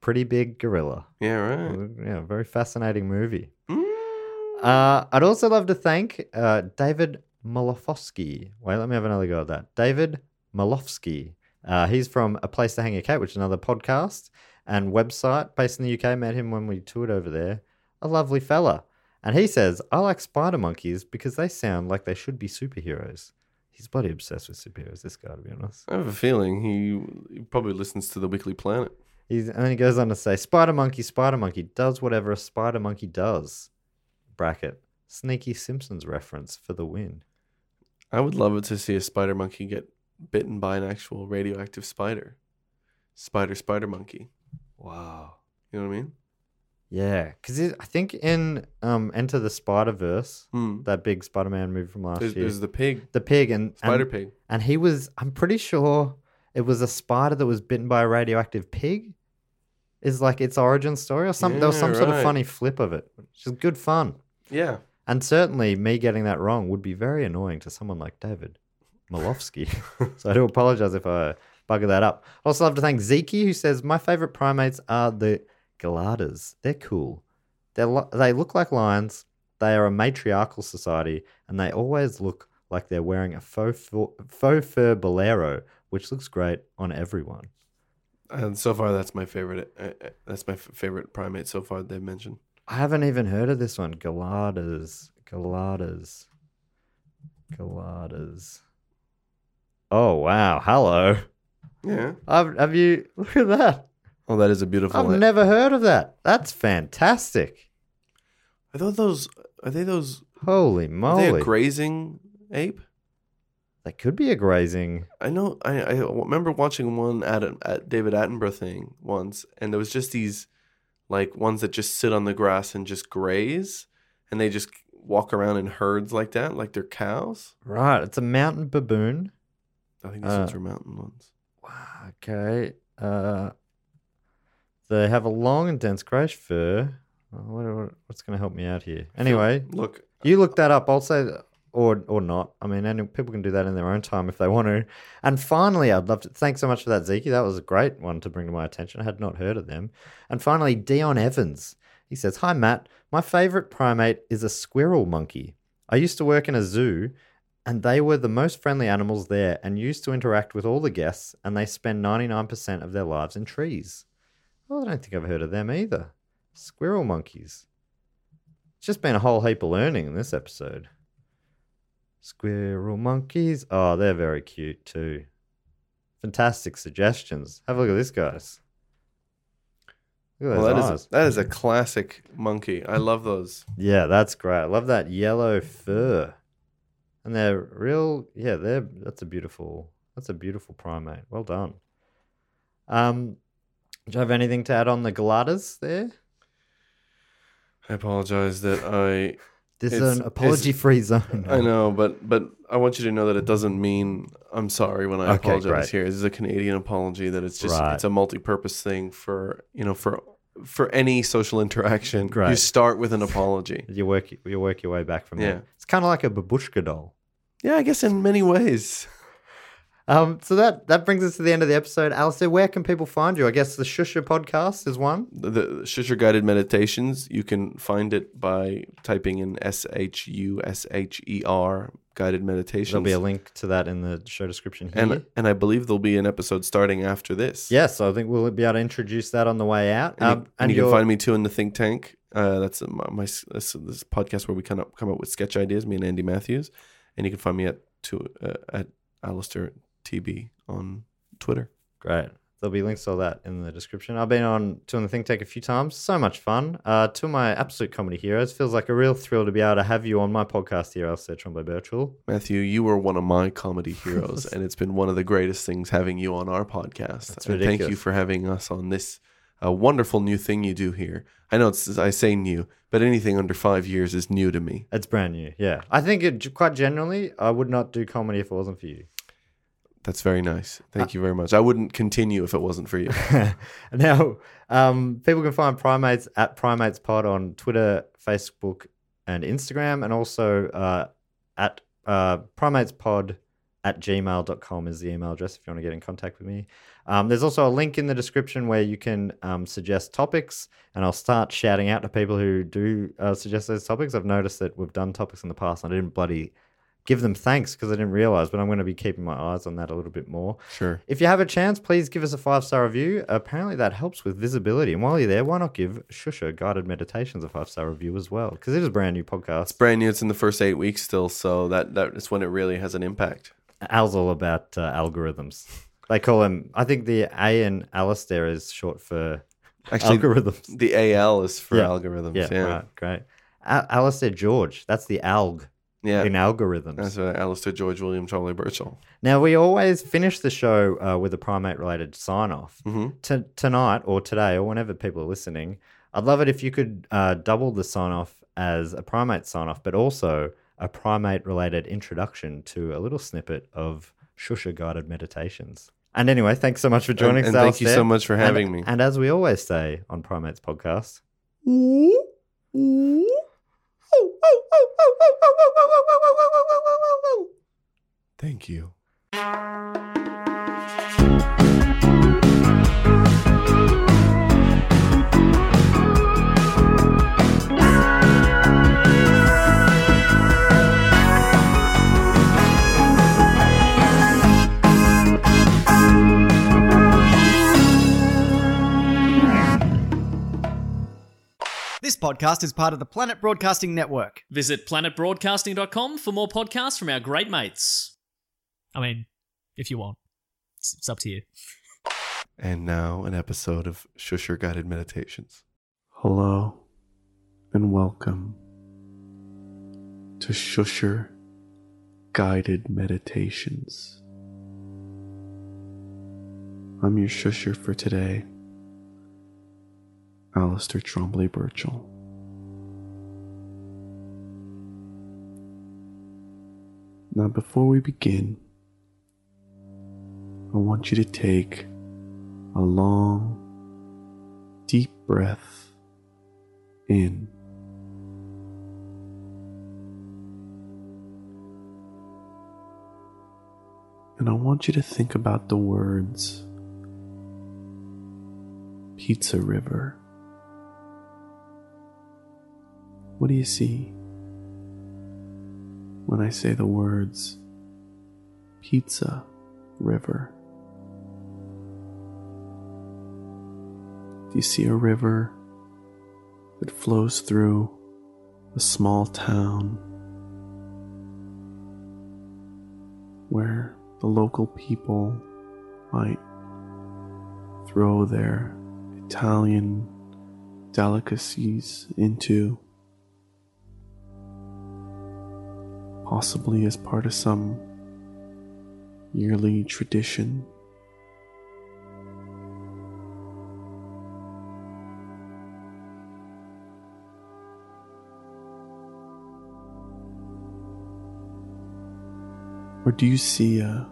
Speaker 5: pretty big gorilla.
Speaker 6: Yeah, right.
Speaker 5: Yeah, very fascinating movie. Uh, I'd also love to thank uh, David Malofsky. Wait, let me have another go at that. David Malofsky. Uh, he's from A Place to Hang Your Cat, which is another podcast and website based in the UK. Met him when we toured over there. A lovely fella. And he says, I like spider monkeys because they sound like they should be superheroes. He's bloody obsessed with superheroes, this guy, to be honest.
Speaker 6: I have a feeling he, he probably listens to the Weekly Planet.
Speaker 5: He's, and then he goes on to say, Spider Monkey, Spider Monkey does whatever a spider monkey does. Bracket. Sneaky Simpsons reference for the win.
Speaker 6: I would love it to see a spider monkey get bitten by an actual radioactive spider. Spider, spider monkey.
Speaker 5: Wow.
Speaker 6: You know what I mean?
Speaker 5: Yeah. Because I think in um, Enter the Spider Verse,
Speaker 6: Hmm.
Speaker 5: that big Spider Man movie from last
Speaker 6: There's,
Speaker 5: year,
Speaker 6: there's the pig,
Speaker 5: the pig and and-
Speaker 6: spider pig.
Speaker 5: And he was, I'm pretty sure it was a spider that was bitten by a radioactive pig. Is like its origin story or something. there was
Speaker 6: Yeah,
Speaker 5: some sort of
Speaker 6: right.
Speaker 5: funny flip of it, which is good fun.
Speaker 6: Yeah.
Speaker 5: And certainly, me getting that wrong would be very annoying to someone like David Malofsky. so I do apologize if I bugger that up. I'd also love to thank Zeke, who says, My favorite primates are the Galadas. They're cool. They're lo- they look like lions, they are a matriarchal society, and they always look like they're wearing a faux, fu- faux fur bolero, which looks great on everyone.
Speaker 6: And so far, that's my favorite. Uh, uh, that's my f- favorite primate so far they've mentioned.
Speaker 5: I haven't even heard of this one. Galadas. Galadas. Galadas. Oh wow. Hello.
Speaker 6: Yeah.
Speaker 5: I've, have you look at that.
Speaker 6: Oh, that is a beautiful.
Speaker 5: I've
Speaker 6: i
Speaker 5: never heard of that. That's fantastic.
Speaker 6: Are those those? Are they those?
Speaker 5: Holy
Speaker 6: Are they a
Speaker 5: moly.
Speaker 6: grazing ape?
Speaker 5: that could be a grazing.
Speaker 6: I know. I, I remember watching one at a at David Attenborough thing once, and there was just these like ones that just sit on the grass and just graze, and they just walk around in herds like that, like they're cows.
Speaker 5: Right. It's a mountain baboon.
Speaker 6: I think these
Speaker 5: Uh,
Speaker 6: ones are mountain ones.
Speaker 5: Wow, okay. Uh they have a long and dense grayish fur. Oh, what- what- What's going to help me out here? Anyway,
Speaker 6: Look,
Speaker 5: You look that up. I'll say, or or not. I mean, any, people can do that in their own time if they want to. And finally, I'd love to thanks so much for that, Zeke. That was a great one to bring to my attention. I had not heard of them. And finally, Dion Evans. He says, "Hi, Matt. My favorite primate is a squirrel monkey. I used to work in a zoo." And they were the most friendly animals there and used to interact with all the guests, and they spend 99% of their lives in trees. Well, I don't think I've heard of them either. Squirrel monkeys. It's just been a whole heap of learning in this episode. Squirrel monkeys. Oh, they're very cute too. Fantastic suggestions. Have a look at this, guys. Look at
Speaker 6: well,
Speaker 5: those
Speaker 6: that
Speaker 5: eyes.
Speaker 6: is that is a classic monkey. I love those.
Speaker 5: Yeah, that's great. I love that yellow fur. And they're real yeah, they're that's a beautiful that's a beautiful primate. Well done. Um do you have anything to add on the Galatas there?
Speaker 6: I apologize that I
Speaker 5: This
Speaker 6: It's-
Speaker 5: is an
Speaker 6: it's-
Speaker 5: apology free zone.
Speaker 6: I know, but but I want you to know that it doesn't mean I'm sorry when I
Speaker 5: Okay,
Speaker 6: apologize
Speaker 5: great.
Speaker 6: here. This is a Canadian apology that it's just
Speaker 5: Right.
Speaker 6: it's a multi-purpose thing for you know for for any social interaction. You
Speaker 5: Great.
Speaker 6: start with an apology.
Speaker 5: You work you work your way back from
Speaker 6: Yeah.
Speaker 5: there. It's kinda like a babushka doll.
Speaker 6: yeah, I guess in many ways.
Speaker 5: Um, so that that brings us to the end of the episode. Alistair, where can people find you? I guess the Shusha podcast is one.
Speaker 6: The, the Shusher guided meditations you can find it by typing in S H U S H E R guided meditations.
Speaker 5: There'll be a link to that in the show description here.
Speaker 6: and and I believe there'll be an episode starting after this.
Speaker 5: Yes, I think we'll be able to introduce that on the way out.
Speaker 6: and, you-
Speaker 5: Um,
Speaker 6: and you can
Speaker 5: your-
Speaker 6: find me too in the think tank. Uh, that's my, my s- this, this podcast where we kind of come up with sketch ideas. Me and Andy Matthews, and you can find me at to uh, at Alistair TB on Twitter.
Speaker 5: Great. There'll be links to all that in the description. I've been on Two in the Think Tank a few times. So much fun. Uh, two of my absolute comedy heroes. Feels like a real thrill to be able to have you on my podcast here, Alistair Tremblay Birchall.
Speaker 6: Matthew, you were one of my comedy heroes, and it's been one of the greatest things having you on our podcast.
Speaker 5: That's
Speaker 6: and thank you
Speaker 5: ridiculous.
Speaker 6: for having us on this uh, wonderful new thing you do here. I know it's I say new, but anything under five years is new to me.
Speaker 5: It's brand new. Yeah. I think it quite generally, I would not do comedy if it wasn't for you.
Speaker 6: That's very nice.
Speaker 5: Uh,
Speaker 6: Thank you very much. I wouldn't continue if it wasn't for you.
Speaker 5: now, um, people can find Primates at Primates Pod on Twitter, Facebook, and Instagram, and also uh, at uh, primatespod at gmail.com is the email address if you want to get in contact with me. Um, there's also a link in the description where you can um, suggest topics, and I'll start shouting out to people who do uh, suggest those topics. I've noticed that we've done topics in the past, and I didn't bloody give them thanks because I didn't realize, but I'm going to be keeping my eyes on that a little bit more.
Speaker 6: Sure.
Speaker 5: If you have a chance, please give us a five star review. Apparently, that helps with visibility. And while you're there, why not give Shusha Guided Meditations a five star review as well? Because it is a brand new podcast.
Speaker 6: brand new. It's in the first eight weeks still, so that that is when it really has an impact.
Speaker 5: Al's all about uh, algorithms. They call him, I think the A in Alistair is short for
Speaker 6: Actually,
Speaker 5: algorithms.
Speaker 6: the AL is for
Speaker 5: Yeah.
Speaker 6: algorithms.
Speaker 5: Yeah,
Speaker 6: Yeah, yeah.
Speaker 5: right, great. Al- Alistair George, that's the alg in algorithms.
Speaker 6: That's uh, Alistair George William Charlie Birchall.
Speaker 5: Now, we always finish the show uh, with a primate related sign off. T- tonight or today or whenever people are listening, I'd love it if you could uh, double the sign off as a primate sign off, but also a primate related introduction to a little snippet of Shusha guided meditations.
Speaker 8: And anyway, thanks so much for joining us.
Speaker 5: And- and thank you
Speaker 8: Alistair.
Speaker 5: so much for
Speaker 8: And-
Speaker 5: having me.
Speaker 8: And as we always say on Primates Podcast,
Speaker 5: Thank you.
Speaker 3: This podcast is part of the Planet Broadcasting Network.
Speaker 4: Visit planetbroadcasting.com for more podcasts from our great mates.
Speaker 9: I mean, if you want, it's, it's up to you.
Speaker 5: And now an episode of Shusher Guided Meditations.
Speaker 6: Hello and welcome to Shusher Guided Meditations. I'm your Shusher for today, Alistair Trombley Birchall. Now, before we begin, I want you to take a long, deep breath in. And I want you to think about the words Pizza River. What do you see when I say the words Pizza River? Do you see a river? that flows through a small town where the local people might throw their Italian delicacies into, possibly as part of some yearly tradition. Or do you see a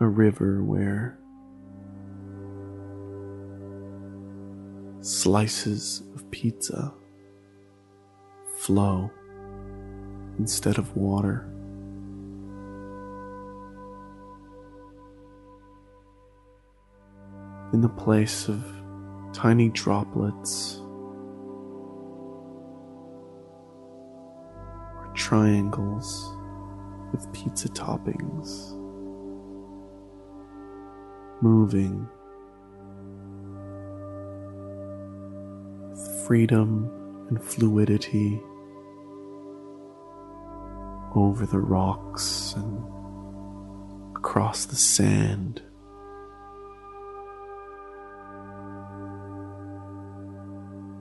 Speaker 6: a river where slices of pizza flow instead of water? In the place of tiny droplets or triangles with pizza toppings, moving with freedom and fluidity over the rocks and across the sand.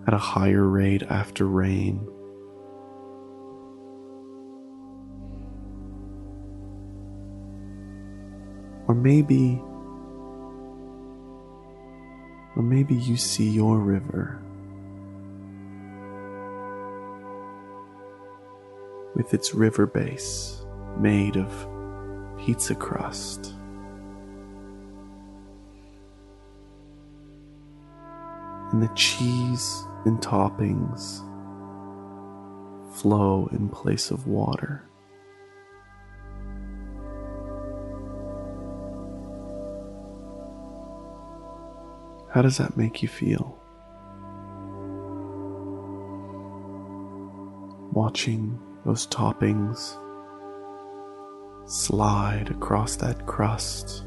Speaker 6: At a higher rate after rain. Or maybe. Or maybe you see your river with its river base made of pizza crust. And the cheese and toppings flow in place of water. How does that make you feel? Watching those toppings slide across that crust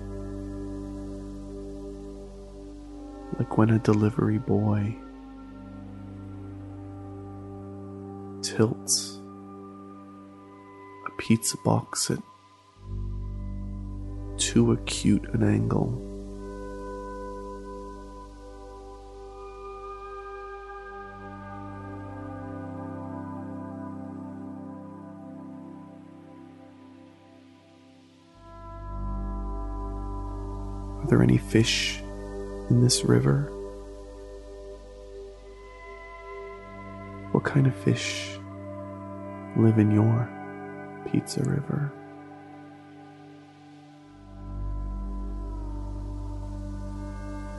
Speaker 6: like when a delivery boy tilts a pizza box at too acute an angle. Are there any fish in this river? What kind of fish live in your pizza river?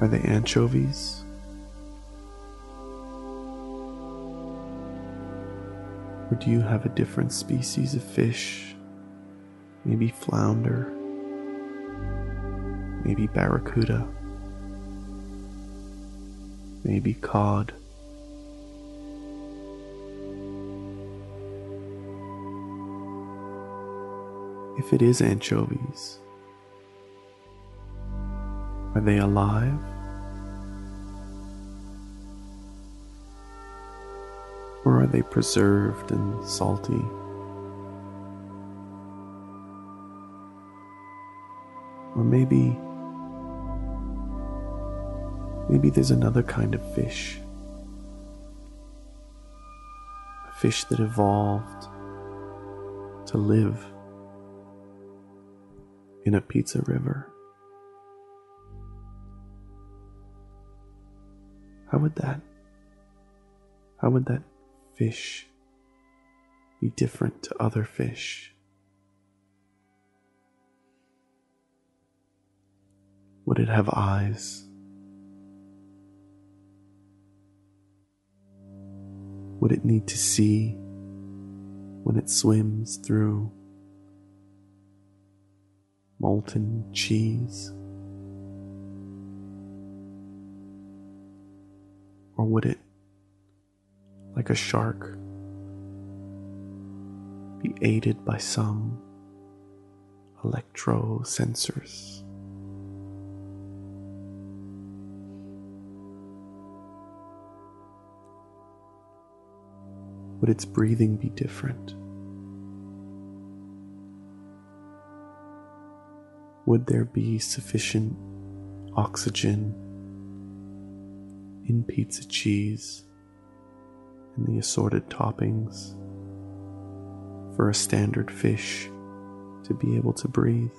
Speaker 6: Are they anchovies? Or do you have a different species of fish? Maybe flounder? Maybe barracuda? Maybe cod? If it is anchovies, are they alive? Or are they preserved and salty? Or maybe. Maybe there's another kind of fish. A fish that evolved to live in a pizza river. How would that how would that fish be different to other fish? Would it have eyes? Would it need to see when it swims through molten cheese? Or would it, like a shark, be aided by some electro sensors? Would its breathing be different? Would there be sufficient oxygen in pizza cheese and the assorted toppings for a standard fish to be able to breathe?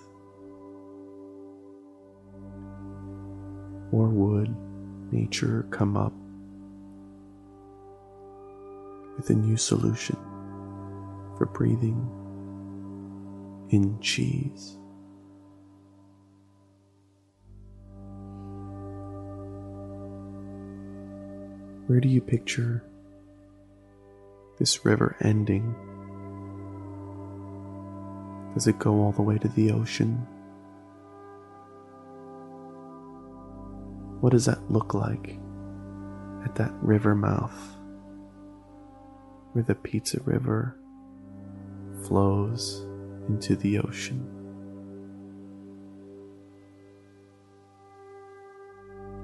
Speaker 6: Or would nature come up with a new solution for breathing in cheese? Where do you picture this river ending? Does it go all the way to the ocean? What does that look like at that river mouth where the pizza river flows into the ocean?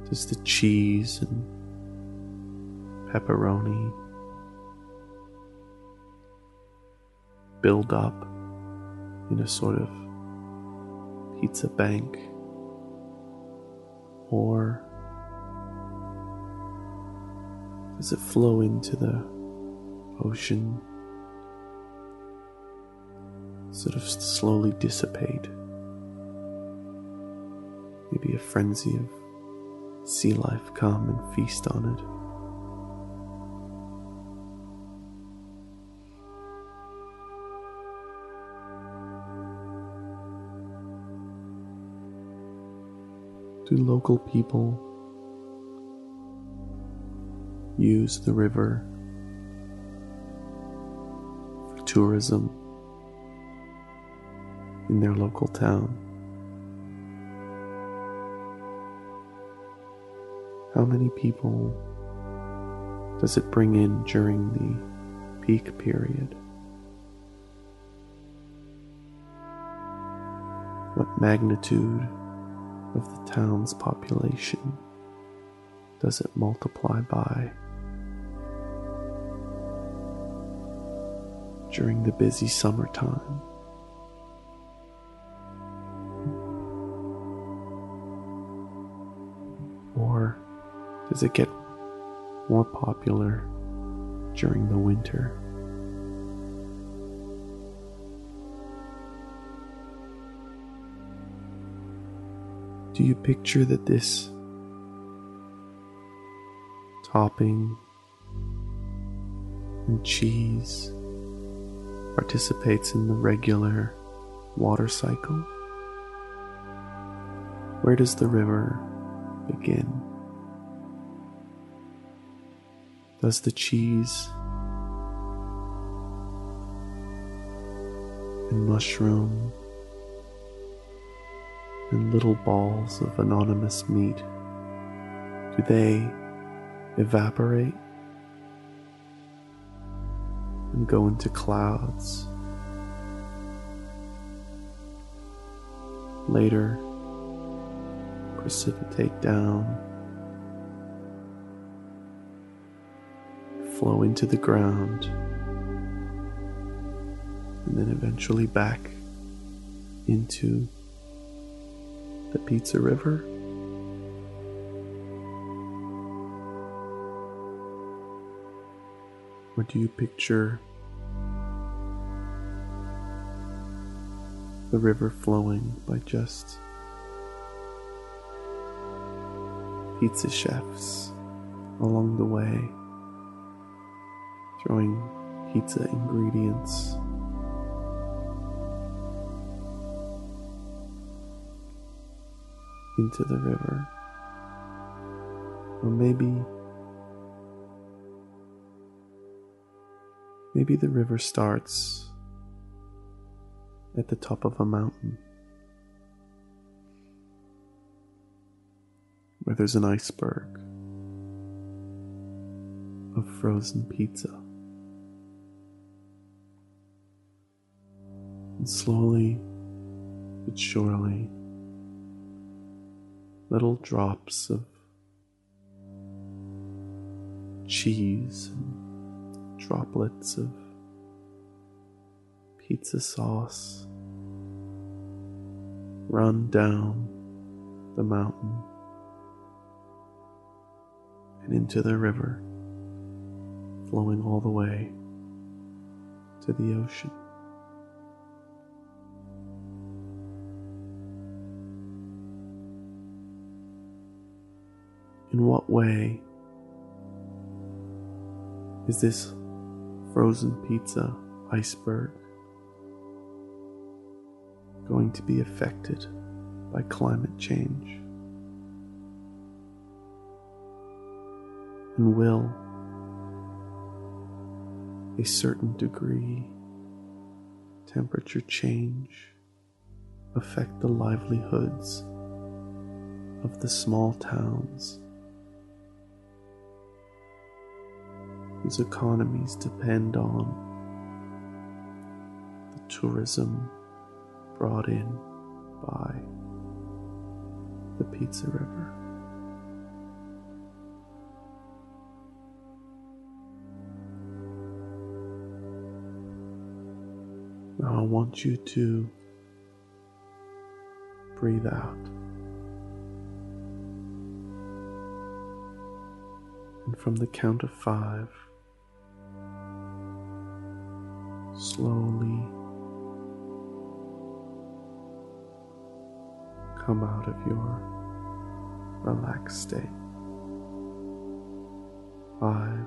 Speaker 6: Does the cheese and pepperoni build up in a sort of pizza bank or does it flow into the ocean sort of slowly dissipate maybe a frenzy of sea life come and feast on it do local people use the river for tourism in their local town? How many people does it bring in during the peak period? What magnitude of the town's population does it multiply by during the busy summertime? Or does it get more popular during the winter? Do you picture that this topping and cheese participates in the regular water cycle? Where does the river begin? Does the cheese and mushroom and little balls of anonymous meat, do they evaporate and go into clouds? Later, precipitate down, flow into the ground, and then eventually back into the Pizza River. Or do you picture the river flowing by just pizza chefs along the way, throwing pizza ingredients. Into the river. Or maybe. Maybe the river starts at the top of a mountain where there's an iceberg of frozen pizza. And slowly but surely, little drops of cheese and droplets of pizza sauce run down the mountain and into the river, flowing all the way to the ocean. In what way is this frozen pizza iceberg going to be affected by climate change? And will a certain degree temperature change affect the livelihoods of the small towns whose economies depend on the tourism brought in by the Pizza River? Now I want you to breathe out. And from the count of five, slowly come out of your relaxed state. Five,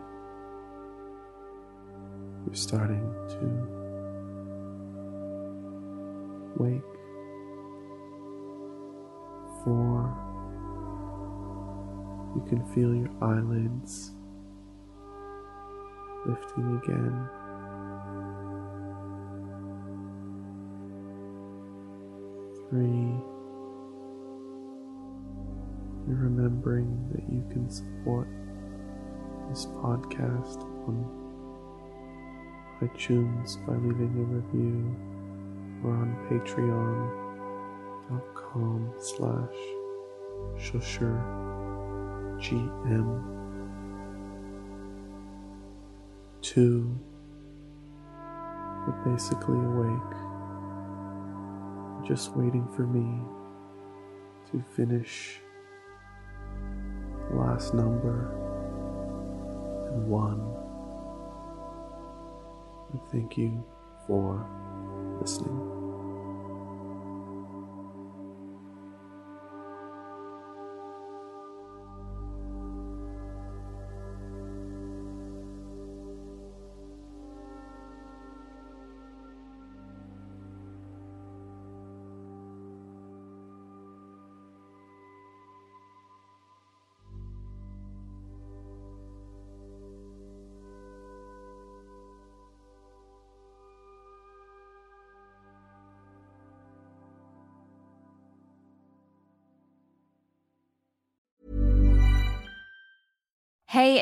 Speaker 6: you're starting to wake. Four, you can feel your eyelids lifting again. Three, you're remembering that you can support this podcast on iTunes by leaving a review or on patreon.com slash shusher gm two you're basically awake just waiting for me to finish the last number and one and thank you for listening
Speaker 4: Hey,